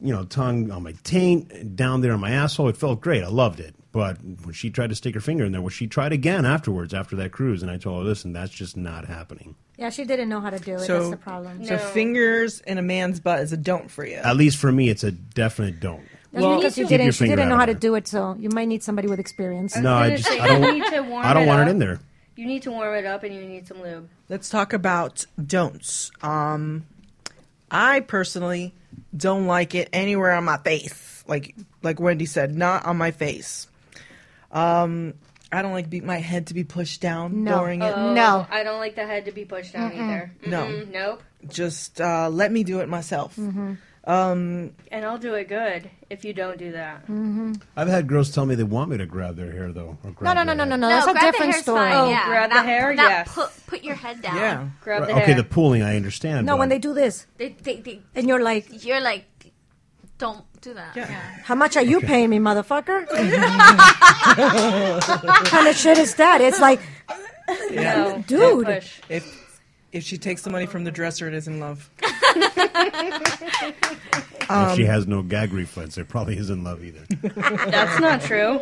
Speaker 2: you know, tongue on my taint down there on my asshole. It felt great. I loved it. But when she tried to stick her finger in there, well, she tried again afterwards after that cruise, and I told her, "Listen, that's just not happening."
Speaker 6: yeah, she didn't know how to do it.
Speaker 3: So,
Speaker 6: That's the problem.
Speaker 3: so fingers in a man's butt is a don't for you.
Speaker 2: At least for me, it's a definite don't.
Speaker 6: That's
Speaker 3: well,
Speaker 6: because you
Speaker 2: Keep your
Speaker 6: didn't. She
Speaker 2: finger
Speaker 6: didn't know
Speaker 2: out
Speaker 6: how
Speaker 2: of
Speaker 6: to
Speaker 2: there.
Speaker 6: do it. So you might need somebody with experience.
Speaker 2: No, I
Speaker 4: gonna
Speaker 2: just
Speaker 4: say,
Speaker 2: I don't.
Speaker 4: you need to warm
Speaker 2: I don't
Speaker 4: it
Speaker 2: want
Speaker 4: up.
Speaker 2: it in there.
Speaker 4: You need to warm it up and you need some lube.
Speaker 3: Let's talk about don'ts. Um, I personally don't like it anywhere on my face. Like like Wendy said, not on my face. Um, I don't like be, my head to be pushed down
Speaker 6: No. Uh,
Speaker 3: during it.
Speaker 6: No.
Speaker 4: Oh, I don't like the head to be pushed down either.
Speaker 3: No.
Speaker 4: Mm-mm, Nope.
Speaker 3: just uh, let me do it myself.
Speaker 6: Mm-hmm.
Speaker 4: Mhm.
Speaker 3: Um,
Speaker 4: And I'll do it good if you don't do that.
Speaker 6: Mm-hmm.
Speaker 2: I've had girls tell me they want me to grab their hair though. Or grab their
Speaker 6: no, no, no,
Speaker 2: head.
Speaker 6: no, that's a
Speaker 5: grab the
Speaker 6: different
Speaker 5: hair's
Speaker 6: story.
Speaker 5: fine,
Speaker 6: Oh,
Speaker 5: yeah.
Speaker 4: grab the
Speaker 5: Not-
Speaker 4: hair,
Speaker 5: not
Speaker 4: yes.
Speaker 5: Put, put your
Speaker 3: (laughs)
Speaker 5: head down.
Speaker 2: Yeah.
Speaker 4: Grab
Speaker 2: Right,
Speaker 4: the
Speaker 2: okay,
Speaker 4: hair.
Speaker 2: the pulling I understand.
Speaker 6: No,
Speaker 2: but
Speaker 6: when they do this,
Speaker 5: They, they, they,
Speaker 6: and you're like,
Speaker 5: you're like, don't do that. Yeah.
Speaker 6: "How much are you paying me,
Speaker 2: (laughs)
Speaker 6: motherfucker?" (laughs) what kind of shit is that? It's like,
Speaker 4: Oh,
Speaker 3: yeah.
Speaker 6: dude.
Speaker 3: If if she takes the money from the dresser, it is in love.
Speaker 2: if
Speaker 6: um,
Speaker 2: she has no gag reflex, there probably isn't love
Speaker 6: (laughs)
Speaker 2: either.
Speaker 4: That's not true.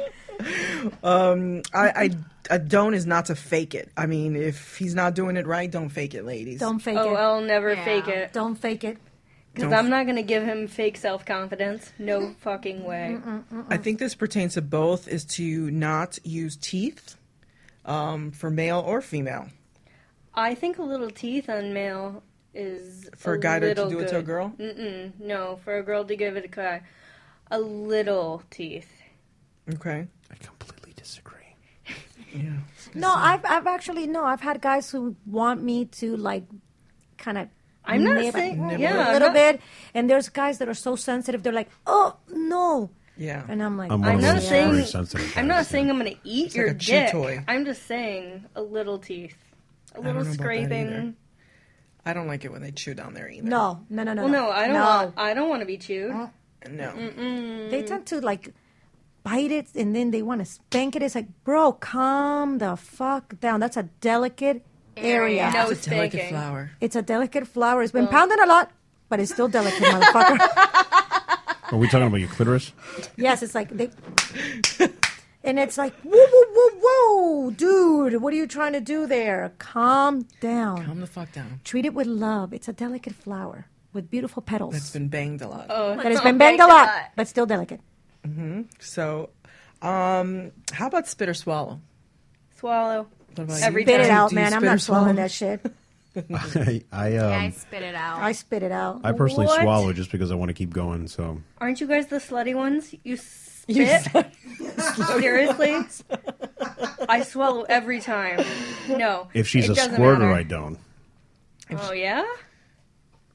Speaker 3: Um, I, I a don't is not to fake it. I mean, if he's not doing it right, don't fake it, ladies.
Speaker 6: Don't fake
Speaker 4: oh,
Speaker 6: it.
Speaker 4: I'll never fake it.
Speaker 6: Don't fake it.
Speaker 4: Because
Speaker 3: Don't
Speaker 4: I'm not going to give him fake self confidence. No fucking way.
Speaker 3: I think this pertains to both: is to not use teeth um, for male or female.
Speaker 4: I think a little teeth on male is.
Speaker 3: For a guy to- to
Speaker 4: little
Speaker 3: do it to
Speaker 4: good.
Speaker 3: a girl?
Speaker 6: Mm.
Speaker 4: Mm-mm, no, for a girl to give it a guy. A little teeth.
Speaker 3: Okay.
Speaker 6: No, I've I've actually no, I've had guys who want me to like kind of.
Speaker 4: I'm not saying- yeah,
Speaker 6: a
Speaker 4: I'm
Speaker 6: little
Speaker 4: not-
Speaker 6: bit, and there's guys that are so sensitive. They're like, "Oh no,"
Speaker 3: Yeah.
Speaker 6: and I'm like,
Speaker 2: I'm one
Speaker 4: I'm
Speaker 2: of
Speaker 4: not
Speaker 2: those
Speaker 4: saying-
Speaker 2: very sensitive.
Speaker 4: I'm
Speaker 2: guys.
Speaker 4: not saying I'm going to eat
Speaker 3: It's like
Speaker 4: your
Speaker 3: a chew
Speaker 4: dick.
Speaker 3: toy.
Speaker 4: I'm just saying a little teeth. A
Speaker 3: I don't
Speaker 4: little
Speaker 3: know about that either.
Speaker 4: scraping.
Speaker 3: I don't like it when they chew down there either.
Speaker 6: "No, no, no, no."
Speaker 4: Well, no, I don't. Want, Mm. I don't want to be
Speaker 3: Oh,
Speaker 4: chewed.
Speaker 3: No.
Speaker 4: Mm-mm.
Speaker 6: They tend to like bite it, and then they want to spank it. It's like, bro, calm the fuck down. That's a delicate area.
Speaker 4: No
Speaker 3: It's a delicate
Speaker 4: spanking.
Speaker 3: flower.
Speaker 6: It's a delicate flower. It's been pounded a lot, but it's still
Speaker 4: (laughs)
Speaker 6: delicate, motherfucker.
Speaker 2: Are we talking about your clitoris? (laughs)
Speaker 6: yes, it's like they. And it's like, whoa, whoa, whoa, whoa, dude, what are you trying to do there? Calm down.
Speaker 3: Calm the fuck down.
Speaker 6: Treat it with love. It's a delicate flower with beautiful petals.
Speaker 3: That's been banged a lot.
Speaker 4: Oh,
Speaker 6: that has been banged a lot, but still delicate.
Speaker 3: So, um, how about spit or swallow?
Speaker 4: Swallow.
Speaker 3: What about
Speaker 4: Every
Speaker 6: Spit it
Speaker 4: time.
Speaker 6: out,
Speaker 3: do you
Speaker 6: man. I'm
Speaker 3: spit or
Speaker 6: not swallowing
Speaker 3: swallow?
Speaker 6: that
Speaker 2: I
Speaker 6: shit.
Speaker 2: I, um,
Speaker 5: I spit it out.
Speaker 6: I spit it out.
Speaker 2: I personally
Speaker 4: What?
Speaker 2: swallow just because I want to keep going. So
Speaker 4: Aren't you guys the slutty ones? You
Speaker 3: (laughs)
Speaker 4: spit? Seriously? I swallow every time. No.
Speaker 2: if she's
Speaker 4: it
Speaker 2: a
Speaker 4: doesn't
Speaker 2: squirter,
Speaker 4: matter.
Speaker 2: I don't.
Speaker 4: Oh, yeah?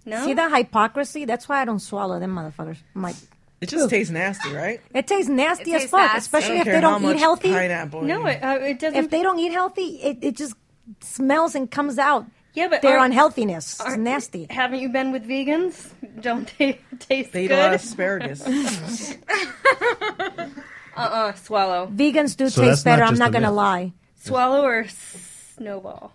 Speaker 4: No?
Speaker 6: See that hypocrisy? That's why I don't swallow them motherfuckers. I'm like,
Speaker 3: It just tastes nasty, right?
Speaker 6: it tastes nasty as
Speaker 5: tastes
Speaker 6: fuck,
Speaker 5: nasty.
Speaker 3: I
Speaker 6: especially
Speaker 3: don't
Speaker 6: if
Speaker 3: care
Speaker 6: they
Speaker 3: how
Speaker 6: don't
Speaker 3: much
Speaker 6: eat healthy.
Speaker 3: Pineapple.
Speaker 4: No,
Speaker 3: you-
Speaker 4: it, uh, it doesn't.
Speaker 6: If they don't eat healthy, it, it just smells and comes out.
Speaker 4: yeah, but
Speaker 6: Their
Speaker 4: aren't-
Speaker 6: unhealthiness. It's
Speaker 4: aren't-
Speaker 6: nasty.
Speaker 4: Haven't you been with vegans? Don't (laughs) they taste
Speaker 3: they eat a lot
Speaker 4: good?
Speaker 3: of asparagus.
Speaker 4: Uh-uh. Swallow.
Speaker 6: Vegans do
Speaker 2: So that's
Speaker 6: taste better.
Speaker 2: not
Speaker 6: I'm
Speaker 2: just
Speaker 6: not
Speaker 2: a
Speaker 6: going to
Speaker 2: myth.
Speaker 6: lie.
Speaker 4: Swallow or snowball?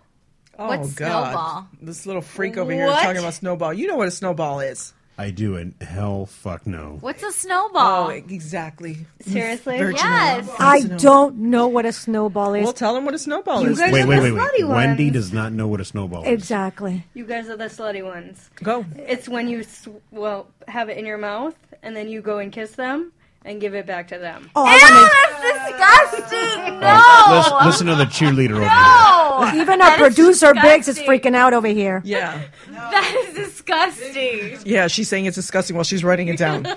Speaker 3: Oh
Speaker 5: What's
Speaker 3: God!
Speaker 5: snowball?
Speaker 3: This little freak over here
Speaker 5: What?
Speaker 3: talking about snowball. You know what a snowball is?
Speaker 2: I do, and hell, fuck no.
Speaker 5: What's a
Speaker 4: Oh,
Speaker 5: snowball?
Speaker 3: Oh, e, exactly.
Speaker 4: Seriously?
Speaker 3: Virgin
Speaker 5: Yes.
Speaker 3: Islands.
Speaker 6: I don't know what a snowball is.
Speaker 3: Well, tell them what a snowball is.
Speaker 4: guys-
Speaker 2: Wait,
Speaker 4: are
Speaker 2: wait,
Speaker 4: the
Speaker 2: wait, wait.
Speaker 4: slutty
Speaker 2: Wendy
Speaker 4: ones.
Speaker 2: does not know what a snowball
Speaker 5: (laughs)
Speaker 2: is.
Speaker 6: exactly.
Speaker 4: You guys are the slutty ones.
Speaker 3: Go.
Speaker 4: It's when you, sw- well, have it in your mouth, and then you go and kiss them and give it back to them.
Speaker 6: Oh, I
Speaker 5: That's disgusting.
Speaker 2: All right, let's- listen to the cheerleader over here.
Speaker 5: No.
Speaker 6: wanna, even our
Speaker 5: That is
Speaker 6: producer Biggs is
Speaker 5: disgusting.
Speaker 6: freaking out over here.
Speaker 3: Yeah,
Speaker 5: That is disgusting.
Speaker 3: yeah. She's saying it's disgusting while she's writing it
Speaker 5: (laughs)
Speaker 3: down.
Speaker 5: Dude,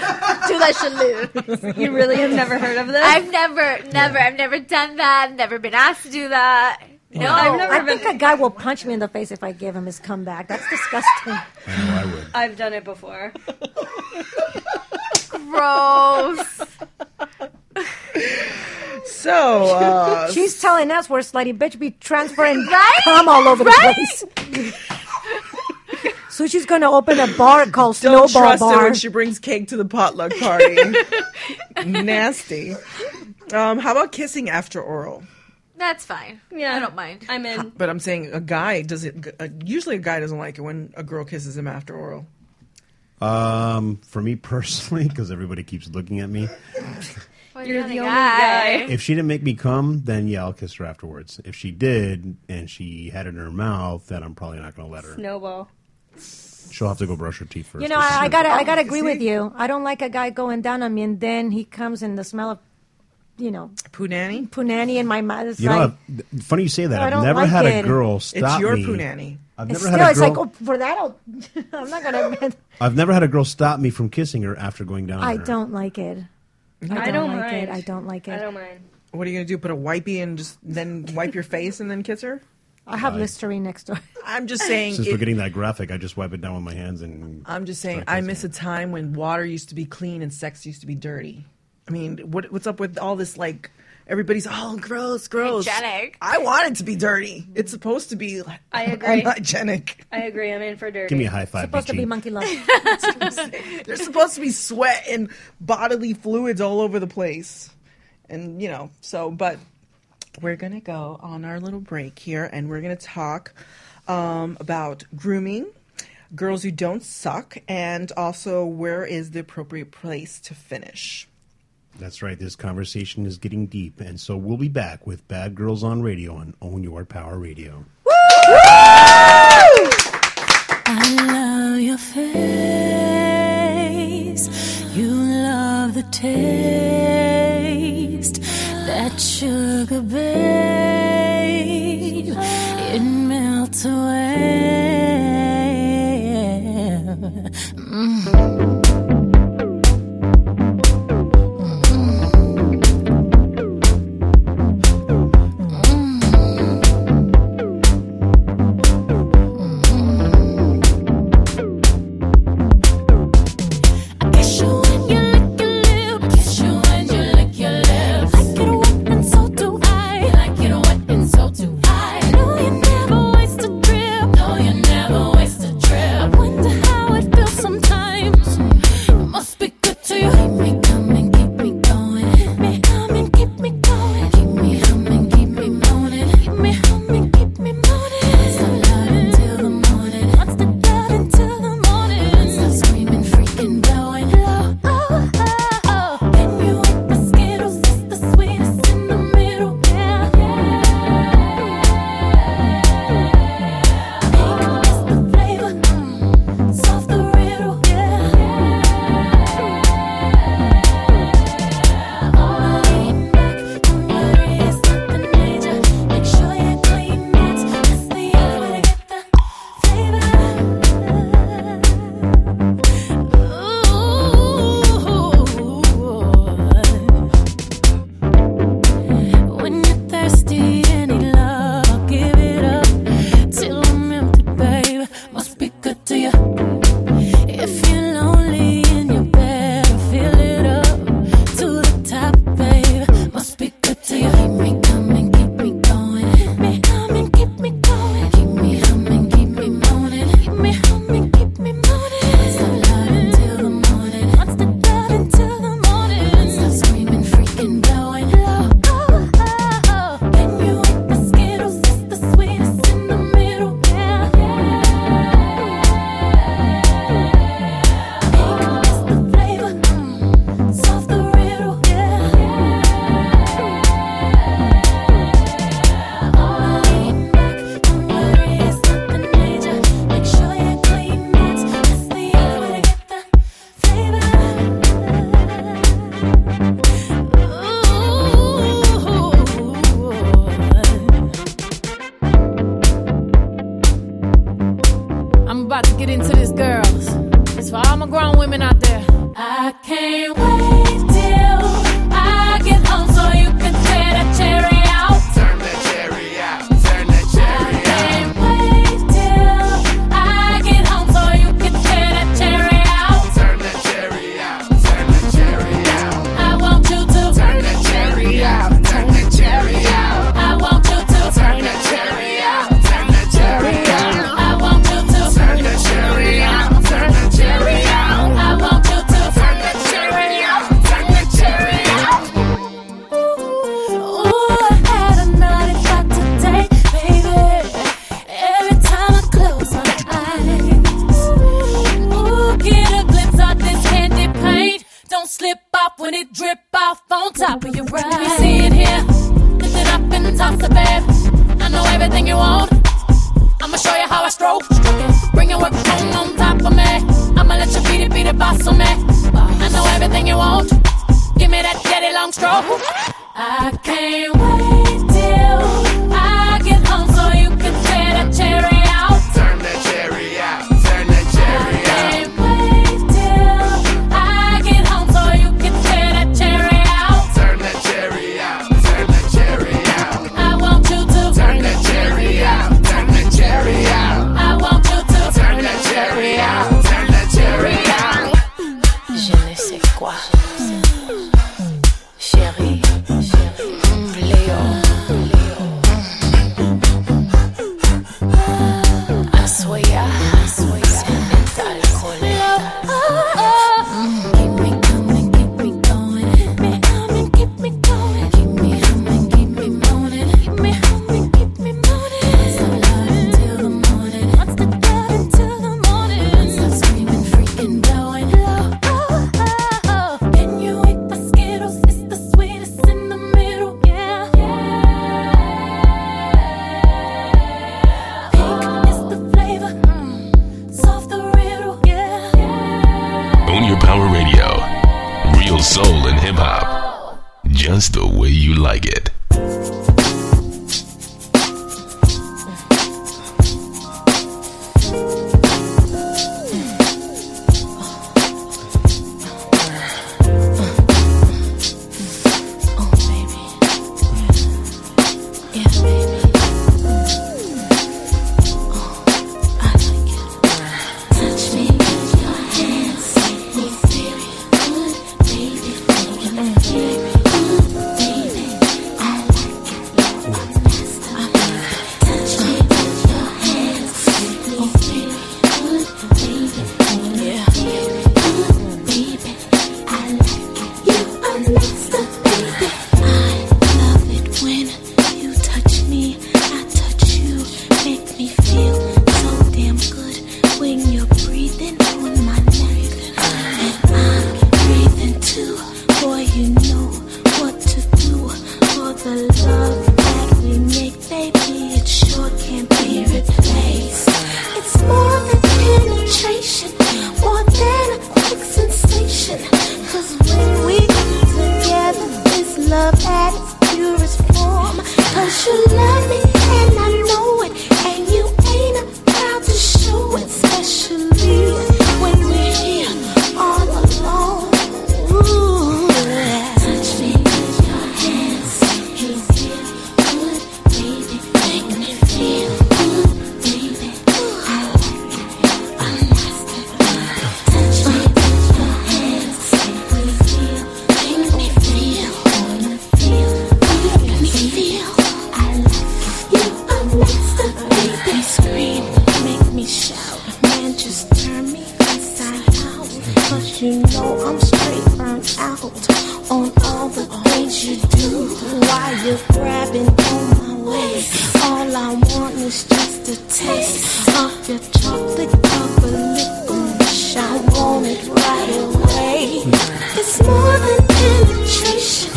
Speaker 5: I should live.
Speaker 4: You really have
Speaker 6: (laughs)
Speaker 4: never heard of this?
Speaker 5: I've never, never, I've never done that. Never been asked to do that. No,
Speaker 4: I've never
Speaker 6: I
Speaker 4: been.
Speaker 6: think a guy will punch me in the face if I give him his comeback. That's disgusting.
Speaker 2: I know I would.
Speaker 4: I've done it before.
Speaker 5: gross.
Speaker 3: So, uh,
Speaker 6: She's telling us we're slutty bitch. Be transferring
Speaker 5: Right?
Speaker 6: cum all over
Speaker 5: Right?
Speaker 6: the place. (laughs) so she's going to open a bar called
Speaker 3: don't
Speaker 6: Snowball
Speaker 3: trust her
Speaker 6: Bar.
Speaker 3: when she brings cake to the potluck party. Nasty. Um, how about kissing after oral?
Speaker 5: That's fine.
Speaker 4: Yeah.
Speaker 5: I don't mind.
Speaker 4: I'm
Speaker 6: (laughs)
Speaker 4: in.
Speaker 3: But I'm saying a guy does it. Uh, usually, a guy doesn't like it when a girl kisses him after oral.
Speaker 2: Um, for me personally, (laughs) because everybody keeps looking at me,
Speaker 5: Well,
Speaker 4: You're
Speaker 5: not
Speaker 4: the
Speaker 5: a
Speaker 4: only guy.
Speaker 2: if she didn't make me come, then yeah, I'll kiss her afterwards. If she did and she had it in her mouth, then I'm probably not going to let her.
Speaker 4: Snowball.
Speaker 2: She'll have to go brush her teeth first.
Speaker 6: You know,
Speaker 2: This
Speaker 6: I, I
Speaker 2: is-
Speaker 6: gotta, I gotta agree with you. I don't like a guy going down on me, and then he comes in the smell of, you know,
Speaker 3: Punani?
Speaker 6: punani in my mouth. It's
Speaker 2: You know,
Speaker 6: like,
Speaker 2: I've- th- funny you say that.
Speaker 6: I
Speaker 2: I've
Speaker 6: don't
Speaker 2: never
Speaker 6: like
Speaker 2: had a
Speaker 6: it.
Speaker 2: girl stop
Speaker 3: It's your
Speaker 2: me.
Speaker 3: punani.
Speaker 2: I've
Speaker 6: it's
Speaker 2: never
Speaker 6: still,
Speaker 2: had a
Speaker 6: it's
Speaker 2: girl.
Speaker 6: like, oh, for that, I'll, (laughs) I'm not gonna (laughs) admit.
Speaker 2: I've never had a girl stop me from kissing her after going down. on
Speaker 6: I
Speaker 2: her.
Speaker 6: don't like it. I don't,
Speaker 4: I don't
Speaker 6: like
Speaker 4: mind.
Speaker 6: it. I don't like it.
Speaker 4: I don't mind.
Speaker 3: What are you gonna do? Put a wipey and just then wipe your face and then kiss her?
Speaker 6: I have
Speaker 2: Right.
Speaker 6: Listerine next door. (laughs)
Speaker 3: I'm just saying.
Speaker 2: Since
Speaker 3: it-
Speaker 2: we're getting that graphic, I just wipe it down with my hands and
Speaker 3: I'm just saying.
Speaker 2: Strike
Speaker 3: I miss a time when water used to be clean and sex used to be dirty. I mean, what, what's up with all this? Like everybody's all gross, gross.
Speaker 5: Hygienic.
Speaker 3: I want it to be dirty. It's supposed to be. Like,
Speaker 4: I agree.
Speaker 3: Unhygienic.
Speaker 4: I agree. I'm in for dirty.
Speaker 2: give me a high five.
Speaker 6: supposed to be
Speaker 2: BG.
Speaker 6: monkey love.
Speaker 3: There's supposed to be sweat and bodily fluids all over the place. And, you know, so, but we're going to go on our little break here and we're going to talk um, about grooming, girls who don't suck, and also where is the appropriate place to finish.
Speaker 2: That's right. This conversation is getting deep, and so we'll be back with Bad Girls on Radio on Own Your Power Radio.
Speaker 11: I love your face. You love the taste. That sugar, babe, it melts away. Mm. Kiss you when you lick your lips. Kiss you when you lick your lips. Like it wet and so do I. Like it wet and so do I. No, you never waste a drip. No, you never waste a drip. I wonder how it feels sometimes. It must be good to you. Keep me coming, keep me going. Keep me humming, keep me going. Keep me humming, keep me moaning. Keep me humming, keep me moaning. Constant love until the morning. Constant love until the morning. Stop screaming, freaking blowing. Blow, oh, oh, oh. Then you hit the skittles. It's the sweetest in the middle. Yeah, yeah. Pink is the flavor. Mm. Solve the riddle. Yeah. When you're thirsty, any love, give it up till I'm empty, babe. Must be good to you. If you're lonely in your bed, fill it up to the top, babe. Must be good to you. Keep me coming, keep me going. Keep me humming, keep me going. Keep me humming, keep me moaning. Keep me humming, keep me moaning. Constant love until the morning. Constant love until the morning. Stop screaming, freaking blowing. Blow, oh, oh, oh. Then you hit the skittles. It's the sweetest in the middle. Yeah, Pink is the flavor. Mm. Solve the riddle. Yeah. All I need back from worry is nothing major. Make sure you clean it. It's the only way to get the flavor.
Speaker 12: I'm about to get into this, girls. It's for all my grown women out there.
Speaker 11: I can't wait till I get home so you can tear that cherry out. Turn that cherry out. Turn that cherry out. Can't wait till I get home so you can tear that cherry out. Turn that cherry out. Turn that cherry out. I want you to turn that cherry out. Turn that cherry out. I want you to turn that cherry out. Turn that cherry out. I want you to turn that cherry out. Turn that cherry out. I want you to turn that cherry out. Turn that cherry out.
Speaker 12: Ooh, I had a naughty thought today, baby.
Speaker 11: Every time I close my eyes,
Speaker 12: Ooh, get a glimpse of this candy paint. Don't slip off when it drip off on top of your right.
Speaker 11: we see it here. Lift it up and toss it, babe. I know everything you want. I'ma show you how I stroke. stroke it. Bring your work home on top of me. I'ma let you beat it, beat it, boss on me. I know everything you want. Give me that daddy long stroke. I can't wait till I get home so you can tear that cherry out. Turn that cherry out. Turn that cherry I can't wait till I get home so you can tear that cherry out. Turn that cherry out. Turn that cherry out. I want you to turn that cherry out.
Speaker 13: Chérie, chérie, mm, Léo, Léo. Assoya, assoya, mental, colère. Keep me coming, keep me going. Keep me humming, keep me going. Keep me humming, keep me moaning. Keep me humming, keep me moaning. Let's have love until the morning. Let's get love until the morning. Let's stop screaming, freaking, blowing. Blow, oh, oh, oh. Can you eat my Skittles? It's the sweetest in the middle, yeah. Pink is the flavor, mm. solve the riddle, yeah.
Speaker 14: Own Your Power Radio. Real soul and hip hop. Just the way you like it.
Speaker 13: Oh, Oh, Touch me with your hands, make me feel good, baby. Make me feel good, baby. I like it, no one else than me. Touch me with your hands, make me feel good, baby. Make me feel good, baby. I like it, you are next to baby. I love it when you touch me, I touch you, make me feel so damn good. When you're breathing on my neck, and I'm breathing too. Boy, you know what to do for the love that we make, baby. It sure can't be replaced. It's more than penetration, more than a quick sensation. Cause when we get together, it's love at its purest form. Cause you love me and I know it, and you ain't proud to show it, especially when we're here all alone. Ooh. Touch me with your hands, make me feel good, baby. Make me feel good, baby. I like it, I'm nasty. Touch me with your hands, make me feel, make me feel, make me feel, make me feel. I like you, I'm nasty, baby. Make me scream, make me shout, man, just turn me inside out. Cause you know I'm straight burned out on all the things you do. While you're grabbing on my waist, all I want is just a taste of your chocolate covered licorice. I want it right away. It's more than penetration,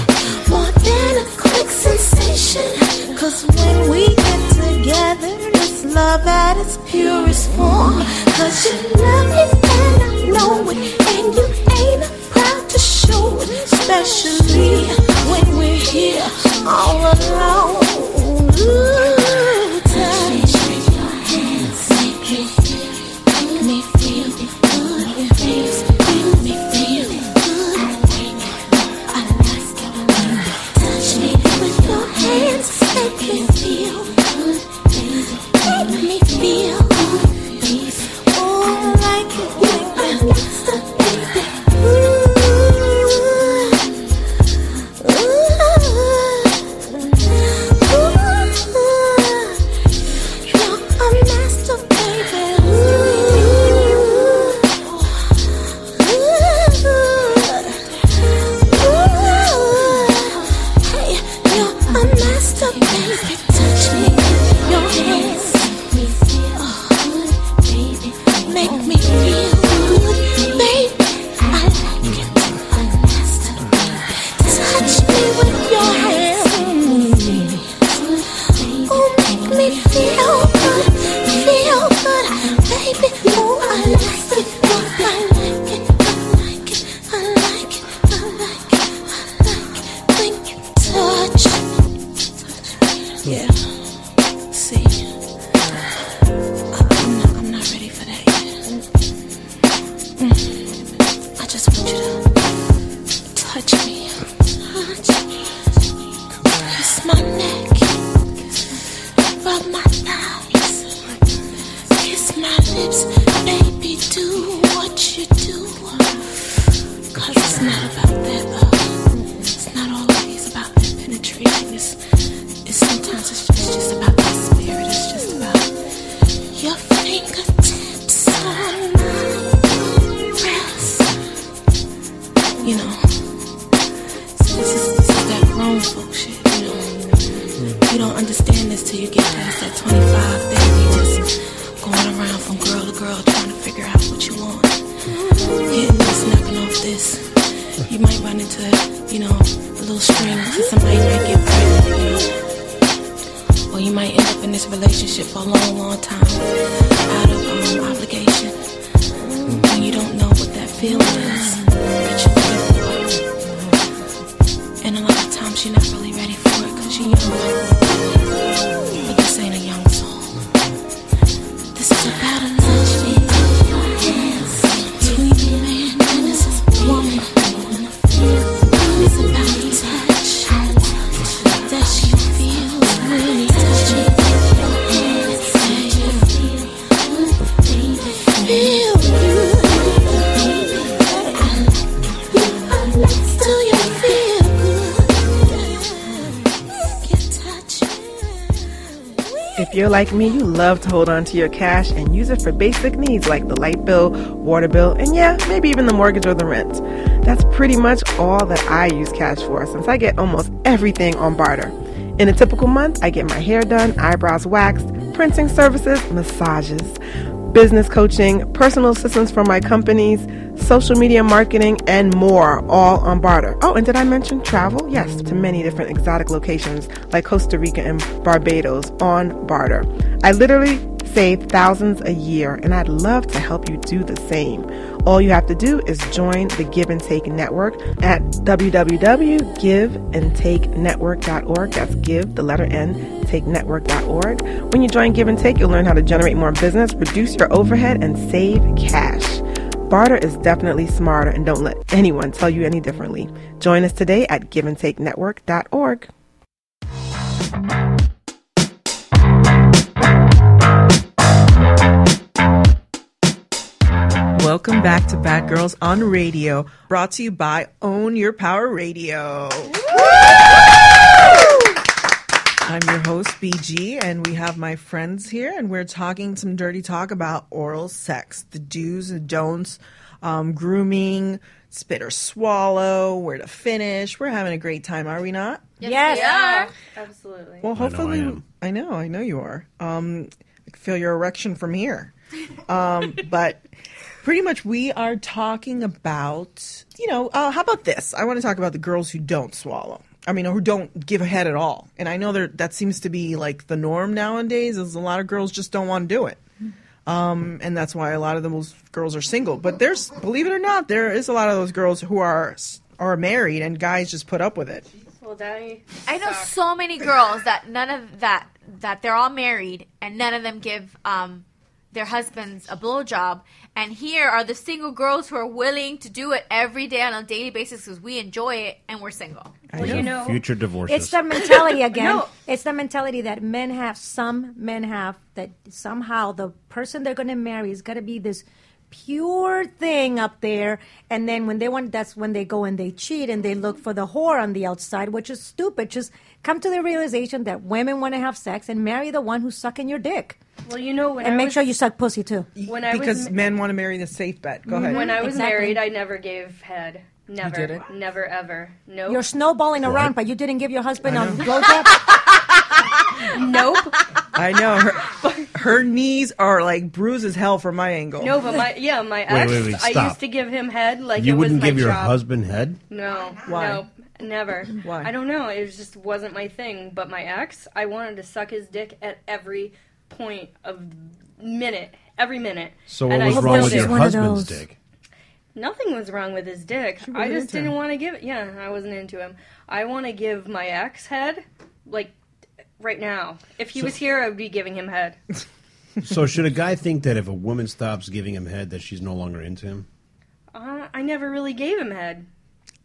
Speaker 13: more than a quick sensation. Cause when we get together, it's love at its purest form. Cause you love me and I know it, and you ain't proud to show it, especially when we're here all alone. Ooh, touch your hands, make me feel, make me feel good, make me feel good. I like it, I like it. Touch me with your hands, make me feel good, baby. Make me feel good, baby. Oh, I like it when I'm next to baby. Ooh, ooh. Oh, oh, Mm. you know. So it's just, it's just that grown folk shit, you know. You don't understand this till you get past that 25 thing. You just going around from girl to girl trying to figure out what you want. Hitting this, knocking off this. You might run into, you know, a little string to somebody might get pregnant, you know. Or you might end up in this relationship for a long, long time out of um, obligation. When you don't know what that feeling is that you're looking for. And a lot of times you're not really ready for it because you're young. But this ain't a young song. This is about a love thing. Between a man and his woman. It's about the touch that she feels when he touches your hands. Feel good. Do you feel good? Get touched.
Speaker 10: If you're like me, you love to hold on to your cash and use it for basic needs like the light bill, water bill, and yeah, maybe even the mortgage or the rent. That's pretty much all that I use cash for since I get almost everything on barter. In a typical month, I get my hair done, eyebrows waxed, printing services, massages, business coaching, personal assistance for my companies, social media marketing, and more, all on barter. Oh, and did I mention travel? Yes, to many different exotic locations like Costa Rica and Barbados on barter. I literally save thousands a year, and I'd love to help you do the same. All you have to do is join the Give and Take Network at www.giveandtakenetwork.org. That's give, the letter N, takenetwork.org. When you join Give and Take, you'll learn how to generate more business, reduce your overhead, and save cash. Barter is definitely smarter, and don't let anyone tell you any differently. Join us today at giveandtakenetwork.org.
Speaker 3: Welcome back to Bad Girls on Radio, brought to you by Own Your Power Radio. I'm your host, BG, and we have my friends here, and we're talking some dirty talk about oral sex, the do's and don'ts, um, grooming, spit or swallow, where to finish. We're having a great time, are we not?
Speaker 6: Yes, Yes,
Speaker 4: we are. Absolutely.
Speaker 3: Well, hopefully,
Speaker 2: I know I
Speaker 3: I know I know, you are. Um, I can feel your erection from here. Um, but pretty much, we are talking about you know uh, how about this? I want to talk about the girls who don't swallow. I mean, who don't give a head at all. And I know there, that seems to be like the norm nowadays. Is a lot of girls just don't want to do it. Um, and that's why a lot of those girls are single. But there's, believe it or not, there is a lot of those girls who are s- are married, and guys just put up with it.
Speaker 4: Well, Daddy.
Speaker 5: I know so many girls that none of that that they're all married and none of them give um their husbands a blowjob. And here are the single girls who are willing to do it every day on a daily basis because we enjoy it and we're single.
Speaker 2: Well, you know, future divorces.
Speaker 6: It's that mentality again.
Speaker 5: No.
Speaker 6: It's the mentality that men have. Some men have that somehow the person they're going to marry is going to be this pure thing up there, and then when they want, that's when they go and they cheat and they look for the whore on the outside, which is stupid. Just come to the realization that women want to have sex and marry the one who's sucking your dick,
Speaker 4: Well, you know when
Speaker 6: and
Speaker 4: I
Speaker 6: make
Speaker 4: was,
Speaker 6: sure you suck pussy too.
Speaker 4: when I
Speaker 3: because
Speaker 4: was,
Speaker 3: men want to marry the safe bet. Go ahead.
Speaker 4: When
Speaker 3: (laughs)
Speaker 4: I was
Speaker 6: Exactly.
Speaker 4: married, I never gave head. Never,
Speaker 3: didn't?
Speaker 4: never, ever. Nope. (laughs)
Speaker 6: You're snowballing around, but you didn't give your husband a blowjob.
Speaker 4: nope.
Speaker 3: I know
Speaker 4: (laughs)
Speaker 3: her, her knees are like bruised as hell from my angle.
Speaker 4: No, but my yeah, my
Speaker 2: Wait,
Speaker 4: ex.
Speaker 2: wait, wait,
Speaker 4: I
Speaker 2: stop.
Speaker 4: used to give him head like
Speaker 2: you
Speaker 4: it was
Speaker 2: wouldn't
Speaker 4: my
Speaker 2: give your
Speaker 4: job.
Speaker 2: husband head?
Speaker 4: No,
Speaker 3: Why?
Speaker 4: no, never.
Speaker 3: Why?
Speaker 4: I don't know. It was just wasn't my thing. But my ex, I wanted to suck his dick at every point of minute, every minute.
Speaker 2: So what
Speaker 4: And I
Speaker 2: was
Speaker 4: still
Speaker 2: wrong with
Speaker 4: did.
Speaker 2: your husband's dick?
Speaker 4: Nothing was wrong with his dick.
Speaker 3: wasn't
Speaker 4: I just
Speaker 3: into
Speaker 4: didn't
Speaker 3: him.
Speaker 4: want to give it. Yeah, I wasn't into him. I want to give my ex head, like right now. If he
Speaker 2: So-
Speaker 4: was here, I would be giving him head.
Speaker 2: so should a guy think that if a woman stops giving him head that she's no longer into him?
Speaker 4: Uh, I never really gave him head.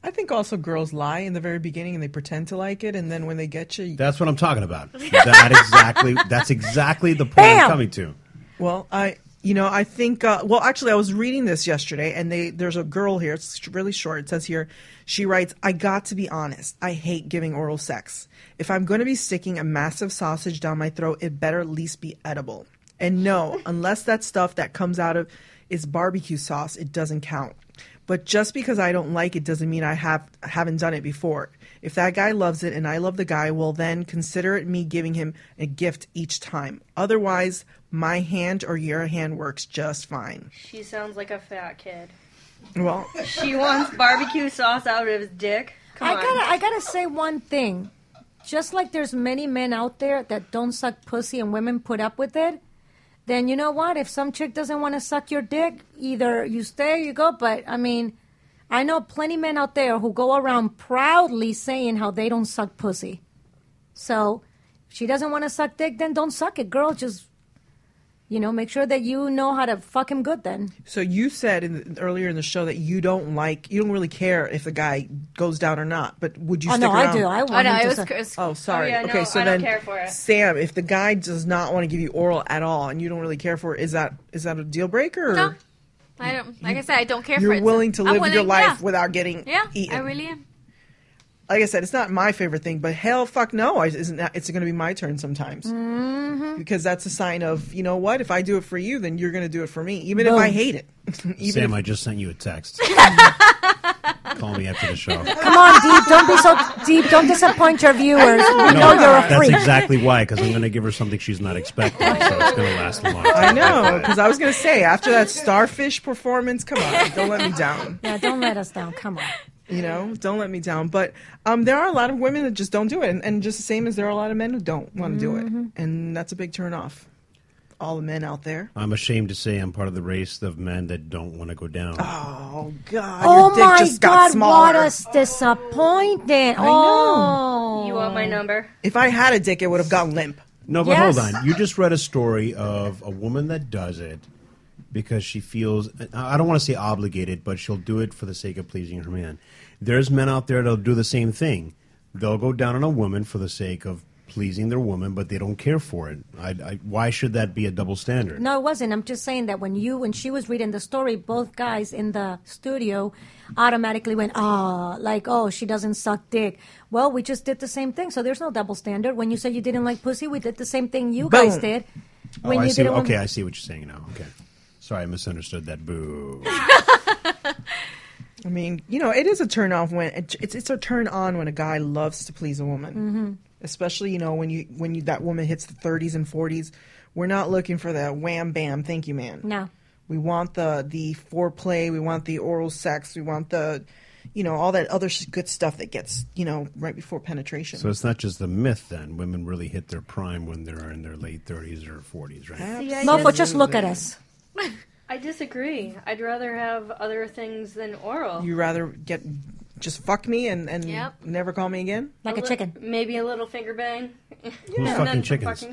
Speaker 3: I think also girls lie in the very beginning and they pretend to like it, and then when they get you,
Speaker 2: That's what I'm talking about. That exactly. That's exactly the point I'm
Speaker 3: Bam!
Speaker 2: coming to.
Speaker 3: Well, I you know I think uh, well actually I was reading this yesterday and they there's a girl here it's sh- really short it says here she writes I got to be honest I hate giving oral sex if I'm going to be sticking a massive sausage down my throat it better at least be edible
Speaker 4: (laughs)
Speaker 3: and no unless that stuff that comes out of is barbecue sauce it doesn't count But just because I don't like it doesn't mean I have haven't done it before. If that guy loves it and I love the guy, well then consider it me giving him a gift each time. Otherwise, my hand or your hand works just fine.
Speaker 4: She sounds like a fat kid.
Speaker 3: Well,
Speaker 4: She wants barbecue sauce out of his dick. Come
Speaker 6: I
Speaker 4: on.
Speaker 6: gotta, I gotta say one thing. Just like there's many men out there that don't suck pussy and women put up with it, then you know what? If some chick doesn't want to suck your dick, either you stay or you go. But I mean, I know plenty men out there who go around proudly saying how they don't suck pussy. So, if she doesn't want to suck dick, then don't suck it, girl. Just, you know, make sure that you know how to fuck him good. Then
Speaker 3: so you said in, earlier in the show that you don't like, you don't really care if the guy goes down or not. But would you
Speaker 6: Oh,
Speaker 3: stick
Speaker 6: no, I
Speaker 3: around?
Speaker 6: do. I want Oh, no, him to it was- suck- it was-
Speaker 3: oh, sorry.
Speaker 6: Oh, yeah, no,
Speaker 3: okay, so
Speaker 6: I don't
Speaker 3: then
Speaker 6: care for it.
Speaker 3: Sam, if the guy does not want to give you oral at all and you don't really care for it, is that is that a deal breaker? or-
Speaker 5: No, I don't. Like I said, I don't care for
Speaker 3: You're
Speaker 5: it.
Speaker 3: willing to
Speaker 5: I'm
Speaker 3: live your
Speaker 5: willing-
Speaker 3: life
Speaker 5: yeah.
Speaker 3: without getting
Speaker 5: Yeah,
Speaker 3: eaten.
Speaker 5: I really am.
Speaker 3: like I said, it's not my favorite thing, but hell, fuck no, I, isn't that, it's going to be my turn sometimes
Speaker 6: Mm-hmm.
Speaker 3: because that's a sign of you know what? If I do it for you, then you're going to do it for me, even if
Speaker 2: Boom.
Speaker 3: I hate it. (laughs) even
Speaker 2: Sam,
Speaker 3: if,
Speaker 2: I just sent you a
Speaker 6: (laughs)
Speaker 2: text. Call me after the show.
Speaker 6: Come on, deep. Don't be so deep. Don't disappoint your viewers. We know you're a
Speaker 2: that's
Speaker 6: freak.
Speaker 2: exactly why, because I'm going to give her something she's not expecting, so it's going to last a long time.
Speaker 3: I know because I was going to say
Speaker 5: (laughs)
Speaker 3: after that starfish performance, come on, don't let me down.
Speaker 6: Yeah, don't let us down. Come on.
Speaker 3: You know, don't let me down. But um, there are a lot of women that just don't do it, and, and just the same as there are a lot of men who don't want to
Speaker 5: Mm-hmm.
Speaker 3: do it, and that's a big turn off. All the men out there.
Speaker 2: I'm ashamed to say I'm part of the race of men that don't want to go down.
Speaker 3: Oh God!
Speaker 6: Oh
Speaker 3: your dick
Speaker 6: my
Speaker 3: just got
Speaker 6: God!
Speaker 3: smaller.
Speaker 6: What us disappointed.
Speaker 3: I know.
Speaker 6: Oh,
Speaker 4: You want my number?
Speaker 3: If I had a dick, it would have gone limp.
Speaker 2: No, but
Speaker 3: Yes.
Speaker 2: hold on. You just read a story of a woman that does it because she feels I I don't want to say obligated, but she'll do it for the sake of pleasing her man. There's men out there that'll do the same thing. They'll go down on a woman for the sake of pleasing their woman, but they don't care for it. I, I, why should that be a double standard?
Speaker 6: No, it wasn't. I'm just saying that when you when she was reading the story, both guys in the studio automatically went, "Ah, like oh, she doesn't suck dick." Well, we just did the same thing, so there's no double standard. When you said you didn't like pussy, we did the same thing you guys
Speaker 2: Boom.
Speaker 6: did.
Speaker 2: Oh,
Speaker 6: when
Speaker 2: I
Speaker 6: you
Speaker 2: see.
Speaker 6: didn't want-
Speaker 2: Okay, I see what you're saying now. Okay, sorry, I misunderstood that. Boo.
Speaker 3: I mean, you know, it is a turn off when it's it's a turn on when a guy loves to please a woman,
Speaker 6: Mhm.
Speaker 3: especially you know when you when you that woman hits the 30s and 40s. We're not looking for the wham bam, thank you, man.
Speaker 6: No.
Speaker 3: We want the the foreplay. We want the oral sex. We want the, you know, all that other sh- good stuff that gets you know right before penetration.
Speaker 2: So it's not just the myth. Then women really hit their prime when they're in their late 30s or 40s, right?
Speaker 4: See, I
Speaker 6: Mofo, just look at us.
Speaker 4: I disagree. I'd rather have other things than oral.
Speaker 3: you rather get just fuck me and and
Speaker 4: Yep.
Speaker 3: never call me again,
Speaker 4: li- Maybe a little finger bang. Who's
Speaker 2: fucking chickens?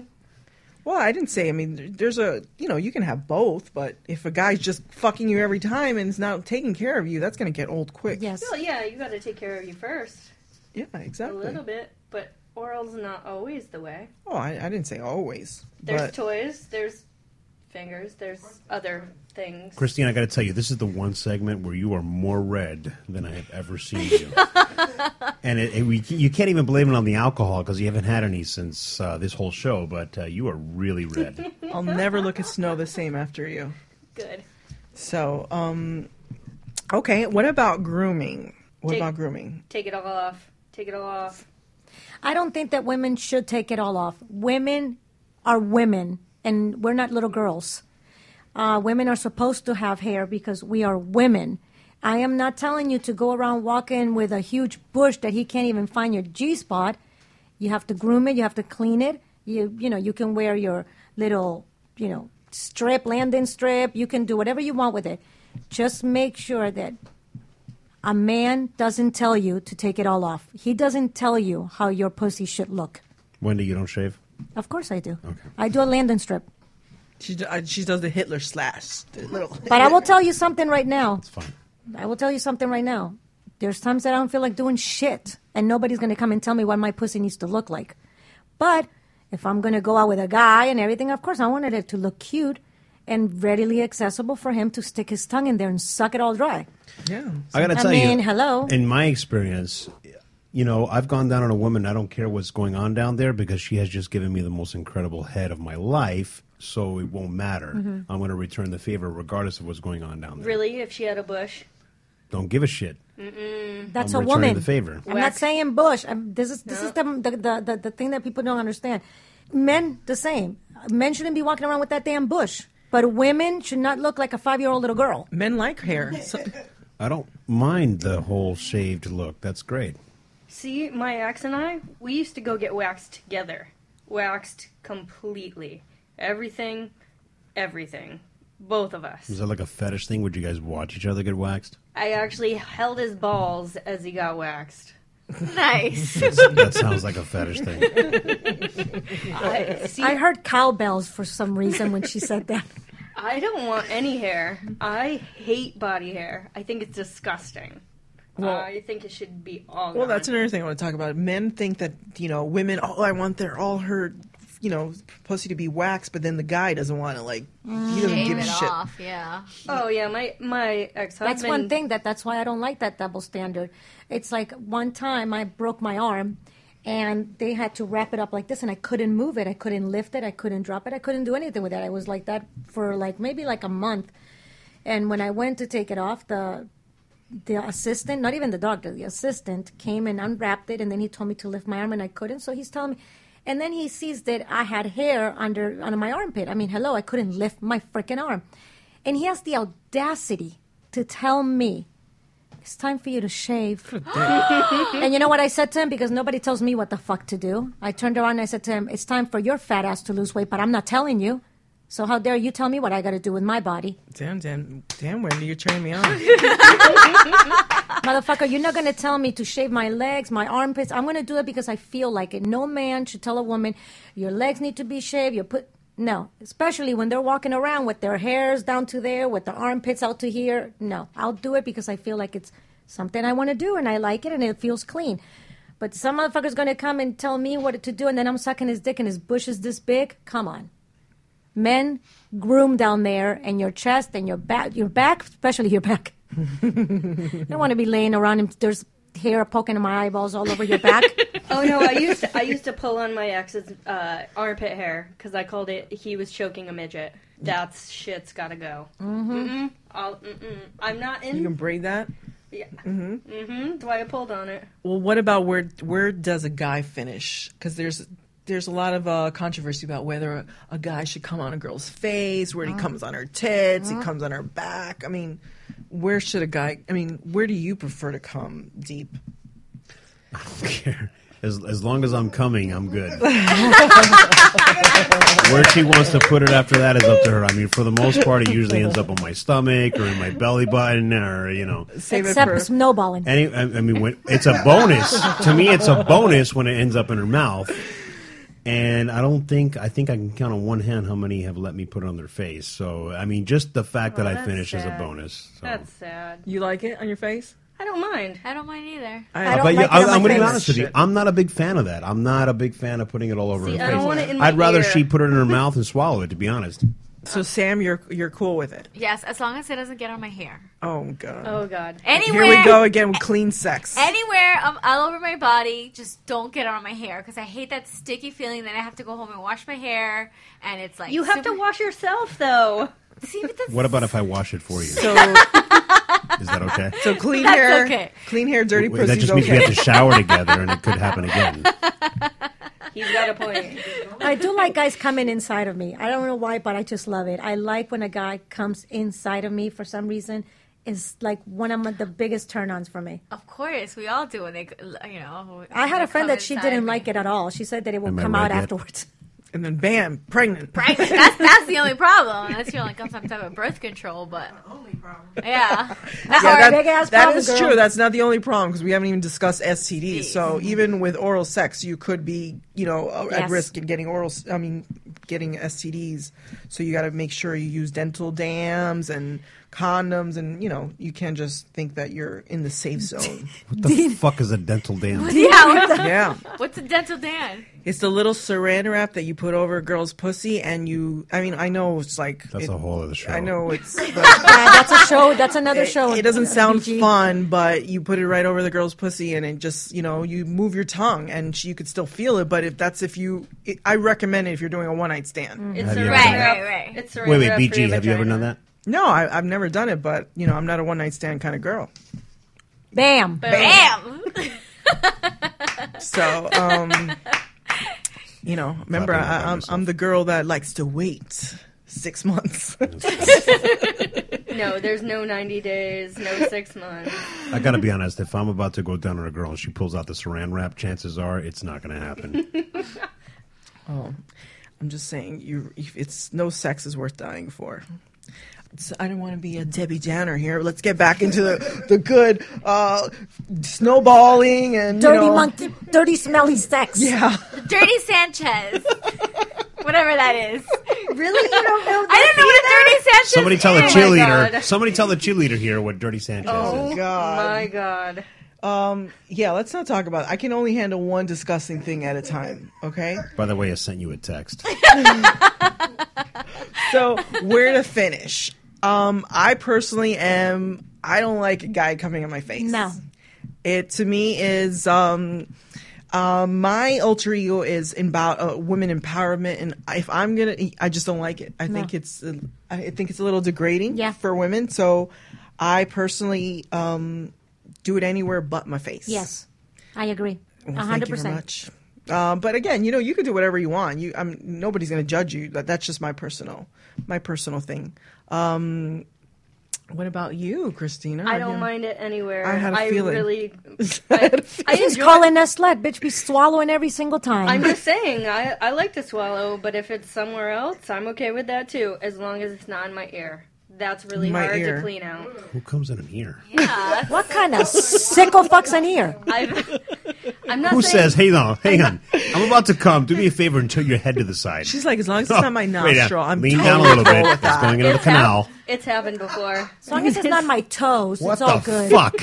Speaker 3: Well, I didn't say. I mean, there- there's a you know you can have both, but if a guy's just fucking you every time and is not taking care of you, that's gonna get old quick.
Speaker 4: Well, yeah, you got to take care of you first.
Speaker 3: Yeah,
Speaker 4: A
Speaker 3: exactly.
Speaker 4: little bit, but oral's not always the way.
Speaker 3: Oh, I, I didn't say always.
Speaker 4: There's
Speaker 3: but
Speaker 4: toys, there's fingers, there's other things.
Speaker 2: Christine, I got to tell you, this is the one segment where you are more red than I have ever seen
Speaker 6: (laughs)
Speaker 2: you. and it, it- we, you can't even blame it on the alcohol because you haven't had any since uh, this whole show, but uh, you are really
Speaker 6: (laughs)
Speaker 2: red.
Speaker 3: I'll never look at snow the same after you.
Speaker 4: Good.
Speaker 3: So, um, okay. What about grooming? What
Speaker 4: Take-
Speaker 3: about grooming?
Speaker 4: Take it all off. Take it all off.
Speaker 6: I don't think that women should take it all off. Women are women, and we're not little girls. Uh, women are supposed to have hair because we are women. I am not telling you to go around walking with a huge bush that he can't even find your G spot. You have to groom it. You have to clean it. You you know you can wear your little you know strip landing strip. You can do whatever you want with it. Just make sure that a man doesn't tell you to take it all off. He doesn't tell you how your pussy should look.
Speaker 2: Wendy, you don't shave?
Speaker 6: Of course I do. I do a landing strip.
Speaker 3: She d- I- she does the Hitler slash. the little-
Speaker 6: But I will tell you something right now. It's
Speaker 2: fine.
Speaker 6: I will tell you something right now. There's times that I don't feel like doing shit, and nobody's going to come and tell me what my pussy needs to look like. But if I'm going to go out with a guy and everything, of course, I wanted it to look cute and readily accessible for him to stick his tongue in there and suck it all dry.
Speaker 3: (laughs) Yeah.
Speaker 2: I got to
Speaker 6: I
Speaker 2: tell
Speaker 6: mean,
Speaker 2: you,
Speaker 6: hello.
Speaker 2: In my experience, you know, I've gone down on a woman. I don't care what's going on down there because she has just given me the most incredible head of my life. So it won't matter.
Speaker 4: Mhm.
Speaker 6: Mm-hmm.
Speaker 2: I'm going to return the favor regardless of what's going on down there.
Speaker 4: Really, if she had a bush.
Speaker 2: don't give a shit.
Speaker 4: Mm-mm.
Speaker 6: That's
Speaker 2: I'm
Speaker 6: a
Speaker 2: returning
Speaker 6: woman.
Speaker 2: the favor.
Speaker 6: I'm not saying Bush. I'm, this is this is the the, the the the thing that people don't understand. Men the same. Men shouldn't be walking around with that damn bush. But women should not look like a five year old little girl.
Speaker 3: Men like hair. So-
Speaker 2: I don't mind the whole shaved look. That's great.
Speaker 4: See, my ex and I, we used to go get waxed together. Waxed completely. Everything, everything. Both of us.
Speaker 2: Is that like a fetish thing? Would you guys watch each other get waxed?
Speaker 4: I actually held his balls as he got
Speaker 6: (laughs)
Speaker 4: waxed.
Speaker 5: Nice.
Speaker 2: that sounds like a fetish thing.
Speaker 4: (laughs) I, see,
Speaker 6: I heard cowbells for some reason when she said that.
Speaker 4: I don't want any hair. I hate body hair. I think it's disgusting.
Speaker 3: Well-
Speaker 4: I think it should be all
Speaker 3: well,
Speaker 4: gone.
Speaker 3: that's another thing I want to talk about. Men think that you know women. Oh, I want their all her, you know, pussy to be waxed, but then the guy doesn't want to like. He doesn't give a shit.
Speaker 5: yeah.
Speaker 4: Oh yeah, my my ex husband.
Speaker 6: That's one thing that that's why I don't like that double standard. It's like one time I broke my arm and they had to wrap it up like this and I couldn't move it. I couldn't lift it, I couldn't drop it, I couldn't do anything with it. I was like that for like maybe like a month. And when I went to take it off, the the assistant, not even the doctor, the assistant came and unwrapped it and then he told me to lift my arm and I couldn't. So he's telling me and then he sees that I had hair under under my armpit. I mean, hello, I couldn't lift my freaking arm. And he has the audacity to tell me it's time for you to shave. (laughs) and you know what I said to him? Because nobody tells me what the fuck to do. I turned around and I said to him, It's time for your fat ass to lose weight, but I'm not telling you. So how dare you tell me what I got to do with my body?
Speaker 3: Damn, damn, damn, Wendy, you're turning me on.
Speaker 6: Motherfucker, you're not going to tell me to shave my legs, my armpits. I'm going to do it because I feel like it. No man should tell a woman, your legs need to be shaved. You put no, especially when they're walking around with their hairs down to there, with their armpits out to here. No, I'll do it because I feel like it's something I want to do and I like it and it feels clean. But some motherfucker's going to come and tell me what to do and then I'm sucking his dick and his bush is this big. Come on. Men groom down there and your chest and your back, your back, especially your back. I don't want to be laying around and there's hair poking in my eyeballs all over your
Speaker 3: (laughs)
Speaker 6: back.
Speaker 4: Oh no, I used to, I used to pull on my ex's uh, armpit hair because I called it he was choking a midget. That shit's gotta go.
Speaker 3: Mhm.
Speaker 4: Mm-mm. I'll, mm-mm. I'm not in.
Speaker 3: You can braid that.
Speaker 4: Yeah.
Speaker 3: Mm-hmm.
Speaker 4: Mm-hmm. Why I pulled on it.
Speaker 3: Well, what about where where does a guy finish? Because there's there's a lot of uh, controversy about whether a, a guy should come on a girl's face, where
Speaker 15: Mhm.
Speaker 3: he comes on her tits,
Speaker 15: Mhm.
Speaker 3: he comes on her back. I mean, where should a guy? I mean, where do you prefer to come deep?
Speaker 2: As, as long as I'm coming, I'm good. Where she wants to put it after that is up to her. I mean, for the most part, it usually ends up on my stomach or in my belly button or, you know.
Speaker 6: Except snowballing.
Speaker 2: Any, I, I mean, when, it's a bonus. to me, it's a bonus when it ends up in her mouth. And I don't think I think I can count on one hand how many have let me put it on their face. So I mean, just the fact
Speaker 4: Oh,
Speaker 2: that I
Speaker 4: that's
Speaker 2: finish is a
Speaker 4: sad.
Speaker 2: bonus.
Speaker 4: That's sad.
Speaker 3: You like it on your face?
Speaker 4: I don't mind.
Speaker 5: I don't mind either.
Speaker 3: I,
Speaker 2: but yeah, I, am going to be honest with you. I'm not a big fan of that. I'm not a big fan of putting it all over
Speaker 3: See,
Speaker 2: her
Speaker 3: I don't
Speaker 2: face.
Speaker 3: want it in my
Speaker 2: I'd rather
Speaker 3: ear.
Speaker 2: she put it
Speaker 3: (laughs)
Speaker 2: in her mouth and swallow it. To be honest,
Speaker 3: So Sam, you're you're cool with it.
Speaker 5: Yes, as long as it doesn't get on my hair.
Speaker 3: Oh god.
Speaker 4: Oh God.
Speaker 5: Anywhere.
Speaker 3: Here we go again with
Speaker 5: (laughs)
Speaker 3: clean sex.
Speaker 5: Anywhere, um, all over my body, just don't get it on my hair because I hate that sticky feeling. Then I have to go home and wash my hair, and it's like
Speaker 4: You have to wash yourself though.
Speaker 5: (laughs) See, but that's
Speaker 2: what about if I wash it for you?
Speaker 3: So
Speaker 2: Is that okay?
Speaker 3: (laughs)
Speaker 5: (laughs)
Speaker 3: so clean
Speaker 5: That's
Speaker 3: hair,
Speaker 5: okay.
Speaker 3: clean hair, dirty
Speaker 2: Wait,
Speaker 3: pussy's
Speaker 2: that just means
Speaker 3: okay.
Speaker 2: we have to shower together, and it could happen
Speaker 3: (laughs)
Speaker 2: again.
Speaker 4: He's got a point.
Speaker 6: I do like guys coming inside of me. I don't know why, but I just love it. I like when a guy comes inside of me for some reason. It's like one of my- the biggest turn ons for me.
Speaker 5: Of course, we all do when they, you know.
Speaker 6: I had
Speaker 5: they
Speaker 6: a friend
Speaker 5: come
Speaker 6: that she
Speaker 5: inside
Speaker 6: didn't
Speaker 5: me. (laughs)
Speaker 6: like it at all. She said that it will
Speaker 2: Am I
Speaker 6: come
Speaker 2: right
Speaker 6: out
Speaker 2: yet?
Speaker 6: afterwards.
Speaker 3: and then bam, pregnant.
Speaker 5: Pregnant. That's that's the only problem. Unless you're like on some type of birth control, but only problem. Yeah, (laughs) that's
Speaker 3: (laughs)
Speaker 6: (laughs)
Speaker 3: Yeah,
Speaker 5: our
Speaker 3: that-
Speaker 5: big ass
Speaker 3: that
Speaker 5: problem,
Speaker 3: is
Speaker 5: girl.
Speaker 3: true. That's not the only problem because we haven't even discussed STDs. So even with oral sex, you could be, you know, uh, at
Speaker 15: Yes.
Speaker 3: risk of getting oral. I mean, getting STDs. So you got to make sure you use dental dams and condoms, and you know, you can't just think that you're in
Speaker 5: (laughs)
Speaker 3: the safe zone.
Speaker 2: What the fuck is a dental dam?
Speaker 5: Yeah, what the-
Speaker 3: yeah.
Speaker 5: What's a dental dam?
Speaker 3: It's the little saran wrap that you put over a girl's pussy, and you. I mean, I know it's like that's a
Speaker 2: whole other show.
Speaker 3: I know it's. but-
Speaker 6: that's a show. That's another
Speaker 3: it,
Speaker 6: show.
Speaker 3: It doesn't sound fun, but you put it right over the girl's pussy, and it just you know you move your tongue, and she, you could still feel it. But if that's if you, it, I recommend it if you're doing a one night stand.
Speaker 4: It's
Speaker 2: Have you
Speaker 4: saran
Speaker 2: ever done
Speaker 4: wrap.
Speaker 2: that?
Speaker 4: It's
Speaker 2: Wait,
Speaker 4: saran
Speaker 2: wait,
Speaker 4: wrap for your
Speaker 2: BG, have you ever
Speaker 4: vagina.
Speaker 2: done that?
Speaker 3: No, I, I've never done it, but you know, I'm not a one night stand kind of girl.
Speaker 6: Bam,
Speaker 5: bam.
Speaker 3: So, um, you know, remember, I, I'm, I'm the girl that likes to wait six months.
Speaker 4: no, there's no 90 days, no six
Speaker 2: (laughs)
Speaker 4: months.
Speaker 2: I gotta be honest. If I'm about to go down on a girl and she pulls out the Saran wrap, chances are it's not gonna happen.
Speaker 3: oh, I'm just saying, you, if it's no sex is worth dying for. So I don't want to be a Debbie Downer here. Let's get back into the, the good uh, snowballing and you
Speaker 6: dirty
Speaker 3: know-
Speaker 6: monkey, dirty smelly sex.
Speaker 3: Yeah.
Speaker 5: Dirty Sanchez. Whatever that is.
Speaker 4: Really? You don't know
Speaker 5: I don't know what a dirty Sanchez
Speaker 2: somebody tell
Speaker 5: is.
Speaker 2: the cheerleader.
Speaker 4: God.
Speaker 2: Somebody tell the cheerleader here what Dirty Sanchez
Speaker 3: Oh
Speaker 2: is.
Speaker 3: God!
Speaker 4: My God.
Speaker 3: Um, yeah, let's not talk about it. I can only handle one disgusting thing at a time, okay?
Speaker 2: By the way, I sent you a text.
Speaker 3: So, where to finish? Um, I personally am I don't like a guy coming in my face. No. It to me is um um, my alter ego is about uh, women empowerment, and if I'm gonna, I just don't like it. I think it's, uh, I think it's a little degrading for women. So, I personally um, do it anywhere but my face.
Speaker 6: Yes, I agree. A
Speaker 3: Well,
Speaker 6: hundred
Speaker 3: thank you very
Speaker 6: percent.
Speaker 3: much. Uh, but again, you know, you can do whatever you want. You, I'm nobody's going to judge you. That that's just my personal, my personal thing. Um, what about you, Christina?
Speaker 4: I
Speaker 3: Have
Speaker 4: don't
Speaker 3: you- (laughs)
Speaker 4: mind it anywhere.
Speaker 3: I had a feeling.
Speaker 4: really.
Speaker 2: (laughs)
Speaker 6: She's calling us slut, bitch. Be swallowing every single time.
Speaker 4: I'm just saying, I, I like to swallow, but if it's somewhere else, I'm okay with that too, as long as it's not in my ear. That's really
Speaker 2: My
Speaker 4: hard
Speaker 2: ear.
Speaker 4: to clean out.
Speaker 2: Who comes in an ear?
Speaker 6: what kind of sickle fucks an ear?
Speaker 4: I've, (laughs) I'm not
Speaker 2: Who
Speaker 4: saying,
Speaker 2: says, "Hey, on, hang on, I'm about to come. Do me a favor and turn your head to the side."
Speaker 3: She's like, as long as
Speaker 2: (laughs)
Speaker 3: it's
Speaker 2: Oh,
Speaker 3: not my
Speaker 2: wait, uh,
Speaker 3: nostril, I'm
Speaker 2: lean
Speaker 3: totally
Speaker 2: down a little
Speaker 3: cool
Speaker 2: bit.
Speaker 3: with
Speaker 2: It's
Speaker 3: that.
Speaker 2: going into the
Speaker 4: It's hap-
Speaker 2: canal.
Speaker 4: It's happened before.
Speaker 6: As long as it's not my toes,
Speaker 2: What
Speaker 6: it's all
Speaker 2: the
Speaker 6: good.
Speaker 2: fuck?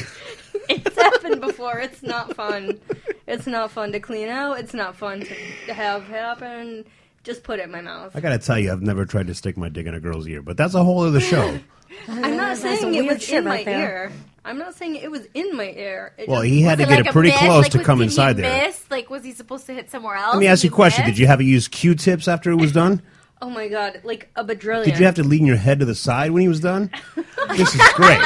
Speaker 4: it's happened before. It's not fun. It's not fun to clean out. It's not fun to have happen. Just put it in my mouth.
Speaker 2: I gotta tell you, I've never tried to stick my dick in a girl's ear, but that's a whole other show.
Speaker 4: I'm not
Speaker 6: That's a
Speaker 4: saying it
Speaker 6: weird
Speaker 4: was
Speaker 6: shit
Speaker 4: in my
Speaker 6: right there.
Speaker 4: ear. I'm not saying it was in my ear. It
Speaker 2: Well,
Speaker 4: just-
Speaker 2: he had to
Speaker 5: Was
Speaker 2: get
Speaker 5: like
Speaker 2: it
Speaker 5: a
Speaker 2: pretty
Speaker 5: miss?
Speaker 2: close
Speaker 5: Like,
Speaker 2: to
Speaker 5: was-
Speaker 2: come
Speaker 5: did he
Speaker 2: inside there.
Speaker 5: miss? Like, was he supposed to hit somewhere else?
Speaker 2: Let me
Speaker 5: Did
Speaker 2: ask you a
Speaker 5: he
Speaker 2: question:
Speaker 5: miss?
Speaker 2: Did you have to use Q-tips after it was done?
Speaker 4: Oh my god, like a bajillion.
Speaker 2: Did you have to lean your head to the side when he was
Speaker 6: (laughs)
Speaker 2: done? This is great.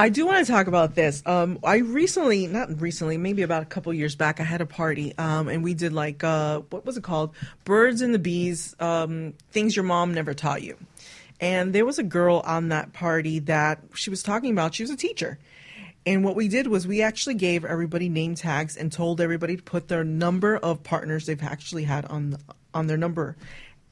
Speaker 3: I do want to talk about this. Um, I recently, not recently, maybe about a couple years back, I had a party, um, and we did like uh, what was it called? Birds and the bees, um, things your mom never taught you. And there was a girl on that party that she was talking about. She was a teacher. And what we did was we actually gave everybody name tags and told everybody to put their number of partners they've actually had on on their number.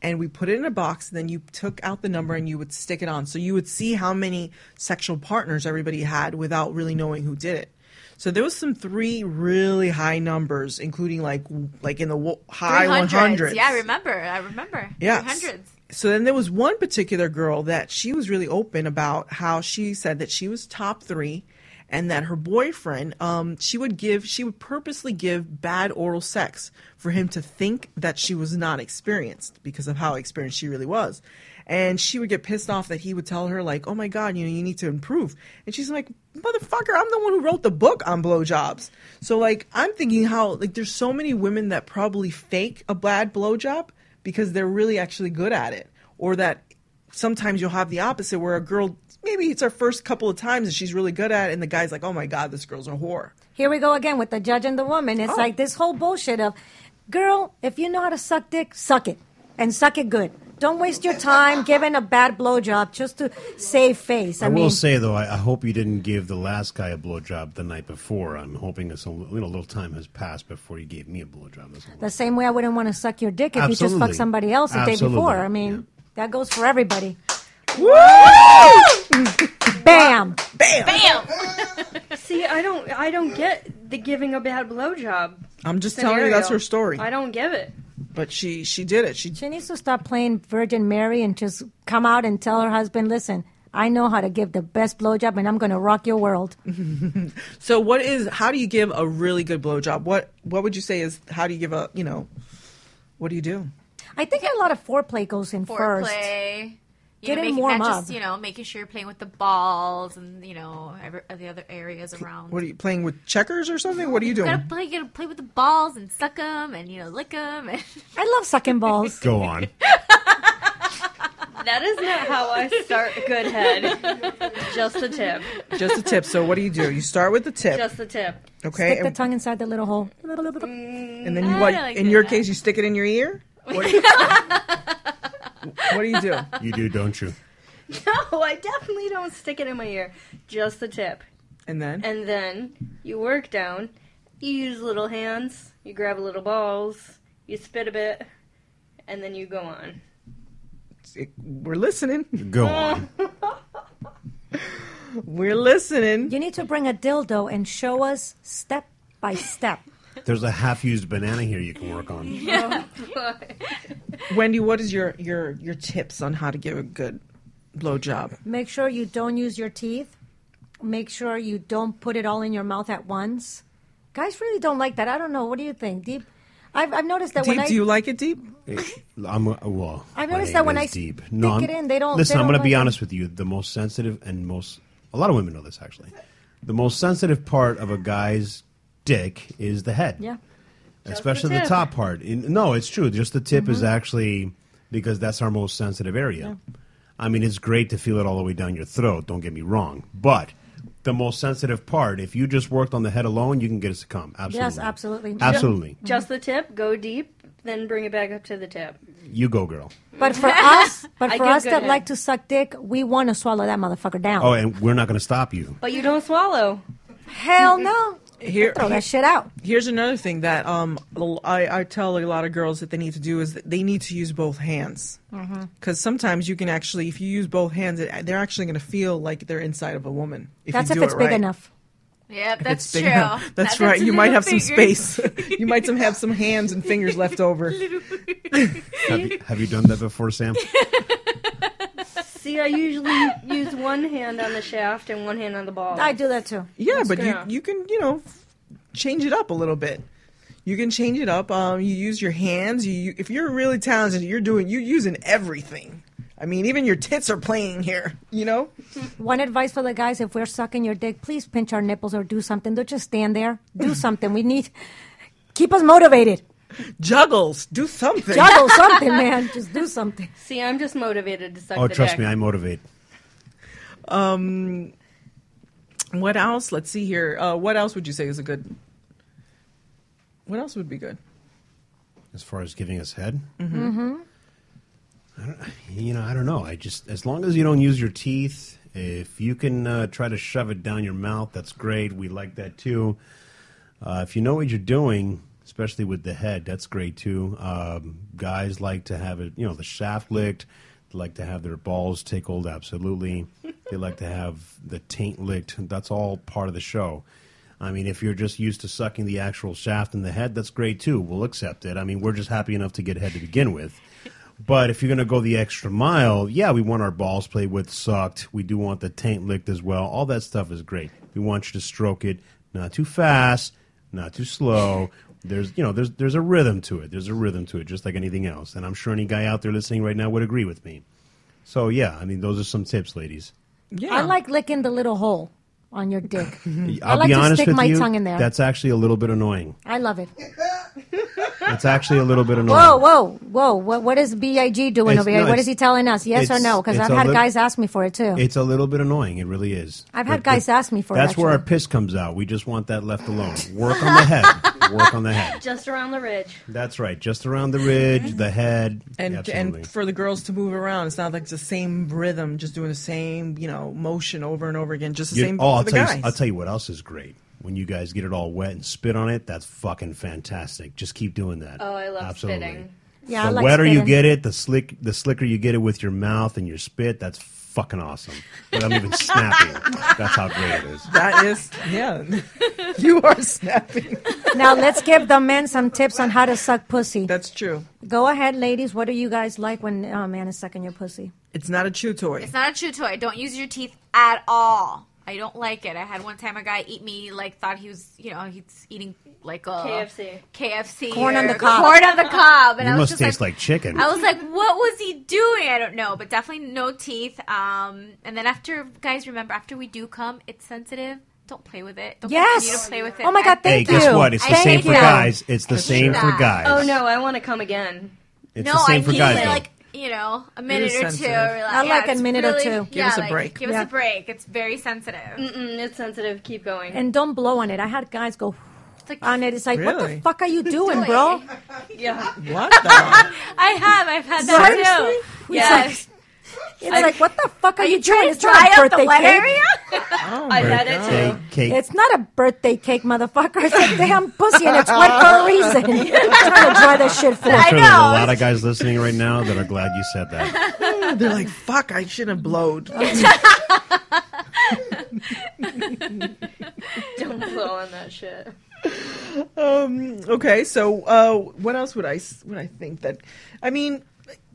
Speaker 3: And we put it in a box, and then you took out the number and you would stick it on. So you would see how many sexual partners everybody had without really knowing who did it. So there was some three really high numbers, including like w- like in the wo- high
Speaker 5: 300s.
Speaker 3: 100s.
Speaker 5: Yeah, I remember. I remember.
Speaker 3: Yes.
Speaker 5: 300s.
Speaker 3: So then there was one particular girl that she was really open about how she said that she was top three and that her boyfriend, um, she would give, she would purposely give bad oral sex for him to think that she was not experienced because of how experienced she really was. And she would get pissed off that he would tell her like, "Oh my God, you know, you need to improve." And she's like, "Motherfucker, I'm the one who wrote the book on blowjobs." So like, I'm thinking how like there's so many women that probably fake a bad blowjob because they're really actually good at it. Or that sometimes you'll have the opposite where a girl, maybe it's her first couple of times and she's really good at it, and the guy's like, oh my God, this girl's a whore.
Speaker 6: Here we go again with the judge and the woman. It's like this whole bullshit of, girl, if you know how to suck dick, suck it and suck it good. Don't waste your time giving a bad blowjob just to save face. I,
Speaker 2: I, will
Speaker 6: mean,
Speaker 2: say though, I, I hope you didn't give the last guy a blowjob the night before. I'm hoping it's a, li- you know, a little time has passed before you gave me a blowjob. That's all.
Speaker 6: the same way I wouldn't want to suck your dick if you just
Speaker 2: Absolutely.
Speaker 6: fucked somebody else the day
Speaker 2: Absolutely.
Speaker 6: before. I mean, that goes for everybody.
Speaker 3: Woo!
Speaker 6: Bam!
Speaker 3: Bam!
Speaker 5: Bam!
Speaker 4: See, I don't, I don't get the giving a bad blowjob.
Speaker 3: (laughs) I'm just telling you that's
Speaker 4: scenario.
Speaker 3: her story.
Speaker 4: I don't give it.
Speaker 3: But she she did it. She
Speaker 6: She needs to stop playing Virgin Mary and just come out and tell her husband, listen, I know how to give the best blowjob and I'm going to rock your world.
Speaker 3: So what is how do you give a really good blowjob? What what would you say is how do you give a you know what do you do?
Speaker 6: I think a lot of foreplay goes in first.
Speaker 5: Foreplay. You
Speaker 6: Get
Speaker 5: know,
Speaker 6: him
Speaker 5: making,
Speaker 6: warm
Speaker 5: not just,
Speaker 6: up.
Speaker 5: you know, making sure you're playing with the balls and, you know, every, the other areas around.
Speaker 3: What are you playing with checkers or something? What are you
Speaker 5: gotta
Speaker 3: doing?
Speaker 5: play, you gotta play with the balls and suck (laughs) them and, you know, lick them. And
Speaker 6: I love sucking balls.
Speaker 2: Go on.
Speaker 4: That is not how I start good head. (laughs) Just a tip.
Speaker 3: Just a tip. So what do you do? You start with the tip.
Speaker 4: Just a tip.
Speaker 3: okay.
Speaker 6: Stick the
Speaker 3: and,
Speaker 6: tongue inside the little hole.
Speaker 3: and then you what? in your case, you stick it in your ear. What do you do?
Speaker 2: You do, don't you?
Speaker 4: (laughs) No, I definitely don't stick it in my ear. Just the tip.
Speaker 3: And then
Speaker 4: And then you work down. You use little hands. You grab little balls. You spit a bit, and then you go on.
Speaker 3: it, we're listening.
Speaker 6: (laughs)
Speaker 2: Go
Speaker 4: on.
Speaker 3: We're listening.
Speaker 6: You need to bring a dildo and show us step by step.
Speaker 2: There's a half-used banana here you can work on.
Speaker 3: Wendy, what is your your your tips on how to give a good blowjob?
Speaker 6: Make sure you don't use your teeth. Make sure you don't put it all in your mouth at once. Guys really don't like that. I don't know. What do you think, Deep? I've, I've noticed that
Speaker 3: Deep,
Speaker 6: when I
Speaker 3: do you like it deep?
Speaker 2: I'm uh, well.
Speaker 6: I've
Speaker 2: my
Speaker 6: noticed
Speaker 2: name
Speaker 6: that when
Speaker 2: is
Speaker 6: I
Speaker 2: deep.
Speaker 6: stick it
Speaker 2: I'm-
Speaker 6: in, they don't-
Speaker 2: Listen,
Speaker 6: they
Speaker 2: I'm
Speaker 6: don't
Speaker 2: going to be
Speaker 6: like it.
Speaker 2: honest with you. The most sensitive and most a lot of women know this actually. The most sensitive part of a guy's dick is the head.
Speaker 6: Yeah.
Speaker 2: especially
Speaker 6: the
Speaker 2: the,
Speaker 6: tip.
Speaker 2: top part. In, no, it's true. Just the tip is
Speaker 6: Mhm.
Speaker 2: actually because that's our most sensitive area. I mean, it's great to feel it all the way down your throat. Don't get me wrong, but the most sensitive part, if you just worked on the head alone, you can get it to come. Absolutely.
Speaker 6: Yes, absolutely.
Speaker 3: Mm-hmm.
Speaker 2: Absolutely.
Speaker 4: Just the tip. Go deep. Then bring it back up to the tip.
Speaker 2: You go, girl.
Speaker 6: But (laughs) for us, but
Speaker 4: I
Speaker 6: for
Speaker 4: give
Speaker 6: us
Speaker 4: good
Speaker 6: that
Speaker 4: head.
Speaker 6: like to suck dick, we want to swallow that motherfucker down.
Speaker 2: Oh, and we're not going to stop you.
Speaker 4: But you don't swallow.
Speaker 6: Hell no.
Speaker 3: Here,
Speaker 6: Throw that shit out.
Speaker 3: Here's another thing that um I, I tell a lot of girls that they need to do is that they need to use both hands
Speaker 6: Mhm.
Speaker 3: because sometimes you can actually if you use both hands it, they're actually going to feel like they're inside of a woman. If
Speaker 6: That's
Speaker 3: you
Speaker 6: if
Speaker 3: do
Speaker 6: it's
Speaker 3: it
Speaker 6: big
Speaker 3: right.
Speaker 6: enough.
Speaker 5: (laughs) Yep,
Speaker 3: If
Speaker 5: that's
Speaker 3: it's big
Speaker 5: true.
Speaker 3: enough. That's, right. You might have some space. you might some have some hands and fingers left over.
Speaker 2: Have you, have you done that before, Sam?
Speaker 4: See, I usually use one hand on the shaft and one hand on the ball.
Speaker 6: I do that too.
Speaker 3: Yeah, but you,
Speaker 4: Yeah.
Speaker 3: you can you know change it up a little bit. You can change it up. Um, you use your hands. You, you if you're really talented, you're doing you using everything. I mean, even your tits are playing here. You know,
Speaker 6: One advice for the guys: if we're sucking your dick, please pinch our nipples or do something. Don't just stand there.
Speaker 2: (laughs)
Speaker 6: Do something. We need keep us motivated.
Speaker 3: juggles. Do something.
Speaker 6: Juggle something, man. Just
Speaker 2: (laughs)
Speaker 6: do something.
Speaker 4: See, I'm just motivated to suck
Speaker 2: Oh,
Speaker 4: the
Speaker 2: trust
Speaker 4: dick.
Speaker 2: me, I motivate.
Speaker 3: Um, what else? Let's see here. Uh, what else would you say is a good? What else would be good?
Speaker 2: As far as giving us head,
Speaker 6: Mm-hmm.
Speaker 2: you know, I don't know. I just as long as you don't use your teeth, if you can uh, try to shove it down your mouth, that's great. We like that too. Uh, if you know what you're doing, especially with the head, that's great too. Um, guys like to have it, you know, the shaft licked. They like to have their balls tickled, absolutely. they like to have the taint licked. That's all part of the show. I mean, if you're just used to sucking the actual shaft in the head, that's great too. We'll accept it. I mean, we're just happy enough to get head to begin with. But if you're going to go the extra mile, yeah, we want our balls played with, sucked. We do want the taint licked as well. All that stuff is great. We want you to stroke it, not too fast, not too slow. There's, you know, there's there's a rhythm to it. There's a rhythm to it, just like anything else. And I'm sure any guy out there listening right now would agree with me. So yeah, I mean, those are some tips, ladies.
Speaker 3: Yeah.
Speaker 6: I like licking the little hole on your
Speaker 2: (laughs)
Speaker 6: dick. Mm-hmm. I
Speaker 2: I'll
Speaker 6: like
Speaker 2: be
Speaker 6: to
Speaker 2: honest
Speaker 6: stick
Speaker 2: with
Speaker 6: my
Speaker 2: you.
Speaker 6: tongue in there.
Speaker 2: That's actually a little bit annoying.
Speaker 6: I love it. (laughs)
Speaker 2: It's actually a little bit annoying.
Speaker 6: Whoa, whoa, whoa! What, what is Big doing
Speaker 2: It's-
Speaker 6: over here?
Speaker 2: no,
Speaker 6: what
Speaker 2: it's-
Speaker 6: is he telling us? Yes or
Speaker 2: it's-
Speaker 6: no? Because
Speaker 2: it's
Speaker 6: I've
Speaker 2: a
Speaker 6: had
Speaker 2: lit-
Speaker 6: guys ask me for it too.
Speaker 2: It's a little bit annoying. It really is.
Speaker 6: I've
Speaker 2: But-
Speaker 6: had guys
Speaker 2: but
Speaker 6: ask me for it.
Speaker 2: That's where our
Speaker 6: actually.
Speaker 2: piss comes out. We just want that left alone. Work on the head. Work on the head.
Speaker 4: Just around the ridge.
Speaker 2: That's right. Just around the ridge, the head.
Speaker 3: and
Speaker 2: Absolutely.
Speaker 3: and for the girls to move around. It's not like the same rhythm, just doing the same you know motion over and over again. Just the
Speaker 2: You-
Speaker 3: same
Speaker 2: oh, I'll
Speaker 3: for the
Speaker 2: tell
Speaker 3: guys.
Speaker 2: You, I'll tell you what else is great. When you guys get it all wet and spit on it, that's fucking fantastic. Just keep doing that.
Speaker 4: Oh, I love
Speaker 2: Absolutely.
Speaker 4: spitting.
Speaker 6: Yeah, I
Speaker 2: the
Speaker 6: like
Speaker 2: wetter you
Speaker 6: spitting.
Speaker 2: get it, the slick, the slicker you get it with your mouth and your spit. That's fucking awesome. Without even snapping, that's how great it is. (laughs)
Speaker 3: that is yeah. (laughs) you are snapping.
Speaker 6: now let's give the men some tips on how to suck pussy.
Speaker 3: That's true.
Speaker 6: Go ahead, ladies. What do you guys like when a man is sucking your pussy?
Speaker 3: It's not a chew toy.
Speaker 5: It's not a chew toy. Don't use your teeth at all. I don't like it. I had one time a guy eat me like thought he was, you know, he's eating like a
Speaker 4: KFC.
Speaker 5: KFC,
Speaker 6: Corn on
Speaker 5: or
Speaker 6: the cob.
Speaker 5: corn on the cob, and I
Speaker 2: you
Speaker 5: was
Speaker 2: must
Speaker 5: just
Speaker 2: taste
Speaker 5: like,
Speaker 2: like, chicken.
Speaker 5: I was like, what was he doing? I don't know, but definitely no teeth. Um, and then after, guys, remember after we do come, it's sensitive. Don't play with it. Don't
Speaker 6: Yes.
Speaker 5: continue to play with it.
Speaker 6: Oh my God,
Speaker 2: hey,
Speaker 6: thank
Speaker 2: guess
Speaker 6: you.
Speaker 2: what? It's the
Speaker 5: I
Speaker 2: same
Speaker 5: hate
Speaker 2: for
Speaker 5: that.
Speaker 2: guys. It's the
Speaker 5: That's
Speaker 2: same
Speaker 5: true.
Speaker 2: for guys.
Speaker 4: Oh no, I want to come again.
Speaker 2: It's
Speaker 5: no,
Speaker 2: the same
Speaker 5: I
Speaker 2: for
Speaker 5: mean,
Speaker 2: guys. though.
Speaker 5: like you know, a minute or two.
Speaker 3: sensitive.
Speaker 5: Relax.
Speaker 6: I like
Speaker 5: Yeah,
Speaker 6: a
Speaker 5: it's
Speaker 6: minute or
Speaker 5: really-
Speaker 6: two. Give
Speaker 5: yeah,
Speaker 6: us a
Speaker 5: like,
Speaker 6: break.
Speaker 5: Give
Speaker 6: Yeah.
Speaker 5: us a break. It's very sensitive. Mm-mm,
Speaker 4: Mm, it's sensitive. Keep going.
Speaker 6: And don't blow on it. I had guys go on it. It's like, what the
Speaker 4: Really?
Speaker 6: fuck are you doing,
Speaker 5: (laughs)
Speaker 6: bro?
Speaker 4: yeah.
Speaker 3: (laughs)
Speaker 6: What
Speaker 5: I have. I've had that
Speaker 6: Seriously?
Speaker 5: too.
Speaker 6: It's
Speaker 5: Yeah.
Speaker 6: like- It's like, what the fuck are, you
Speaker 5: trying to
Speaker 6: doing? It's not
Speaker 5: dry
Speaker 6: a
Speaker 5: up the
Speaker 6: birthday
Speaker 5: wet
Speaker 6: cake.
Speaker 5: area?
Speaker 6: I
Speaker 2: had it Birthday too. cake.
Speaker 6: It's not a birthday cake, motherfucker. It's a damn pussy, and it's wet for
Speaker 2: (laughs)
Speaker 6: a reason. trying to dry that shit for
Speaker 2: I'm sure there's a lot of guys listening right now that are glad you said that.
Speaker 15: They're like, fuck, I shouldn't have blowed.
Speaker 4: Don't blow on that shit.
Speaker 3: um, okay, so uh, what else would I s- would I think that? I mean,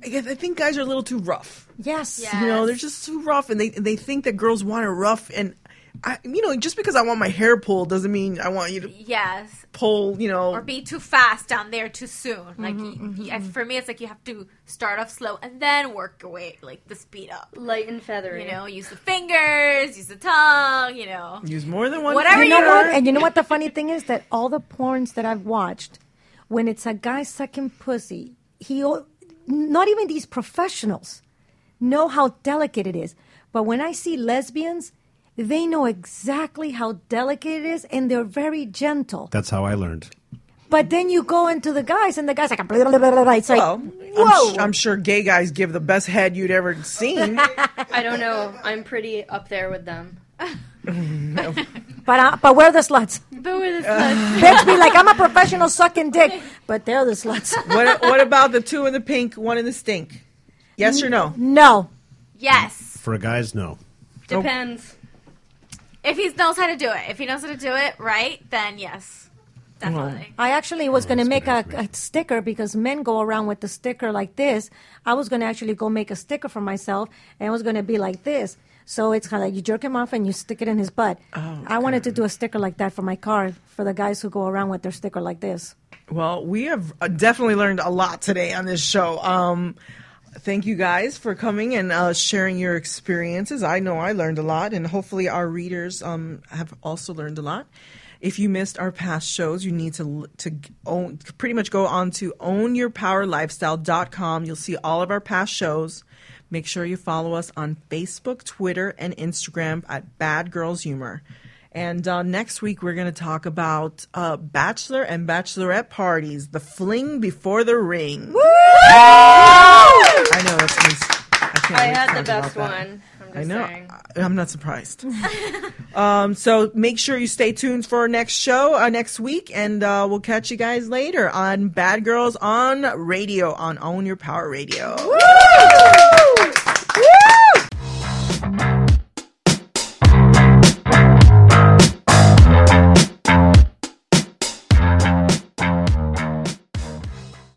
Speaker 3: I, guess- I think guys are a little too rough.
Speaker 6: Yes.
Speaker 3: you know they're just too rough, and they they think that girls want it rough, and I you know just because I want my hair pulled doesn't mean I want you to
Speaker 5: Yes.
Speaker 3: pull you know
Speaker 5: Or be too fast down there too soon. Like y- y- for me, it's like you have to start off slow and then work your way like the speed up,
Speaker 4: light and feathery.
Speaker 5: You know, use the fingers, use the tongue. You know,
Speaker 3: use more than one.
Speaker 5: Whatever
Speaker 6: you know
Speaker 5: you
Speaker 6: what?
Speaker 5: want.
Speaker 6: And you know what? The funny thing is that all the porns that I've watched, when it's a guy sucking pussy, he al- not even these professionals know how delicate it is. But when I see lesbians, they know exactly how delicate it is, and they're very gentle.
Speaker 2: That's how I learned.
Speaker 6: But then you go into the guys, and the guys like, blah, blah, blah, blah, blah. it's like,
Speaker 3: Well, I'm,
Speaker 6: whoa.
Speaker 3: sh- I'm sure gay guys give the best head you'd ever seen.
Speaker 4: I don't know. I'm pretty up there with them.
Speaker 6: but I, but where are the sluts?
Speaker 4: But
Speaker 6: (laughs)
Speaker 4: with
Speaker 6: Bitch be like, I'm a professional
Speaker 3: (laughs)
Speaker 6: sucking dick, but they're the sluts.
Speaker 3: what what about the two in the pink, one in the stink? Yes or no?
Speaker 5: Mm.
Speaker 6: No.
Speaker 5: yes,
Speaker 2: For guys, no.
Speaker 4: depends.
Speaker 5: If he knows how to do it, if he knows how to do it right, then yes.
Speaker 6: I actually was going to make a, a sticker because men go around with the sticker like this. I was going to actually go make a sticker for myself, and it was going to be like this. So it's kind of like you jerk him off and you stick it in his butt. I wanted to do a sticker like that for my car for the guys who go around with their sticker like this.
Speaker 3: Well, we have uh, definitely learned a lot today on this show. Um, thank you guys for coming and uh, sharing your experiences. I know I learned a lot, and hopefully, our readers um, have also learned a lot. If you missed our past shows, you need to l- to g- own, pretty much go on to ownyourpowerlifestyle.com. You'll see all of our past shows. Make sure you follow us on Facebook, Twitter, and Instagram at Bad Girls Humor. And uh, next week, we're going to talk about uh, bachelor and bachelorette parties, the fling before the ring. I know that's. I, can't
Speaker 4: I
Speaker 3: wait to
Speaker 4: had the
Speaker 3: talk about
Speaker 4: best
Speaker 3: that.
Speaker 4: one. I'm just
Speaker 3: I know.
Speaker 4: saying.
Speaker 3: I- I'm
Speaker 4: (laughs)
Speaker 3: not surprised. um, so make sure you stay tuned for our next show uh, next week, and uh, we'll catch you guys later on Bad Girls on Radio on Own Your Power Radio.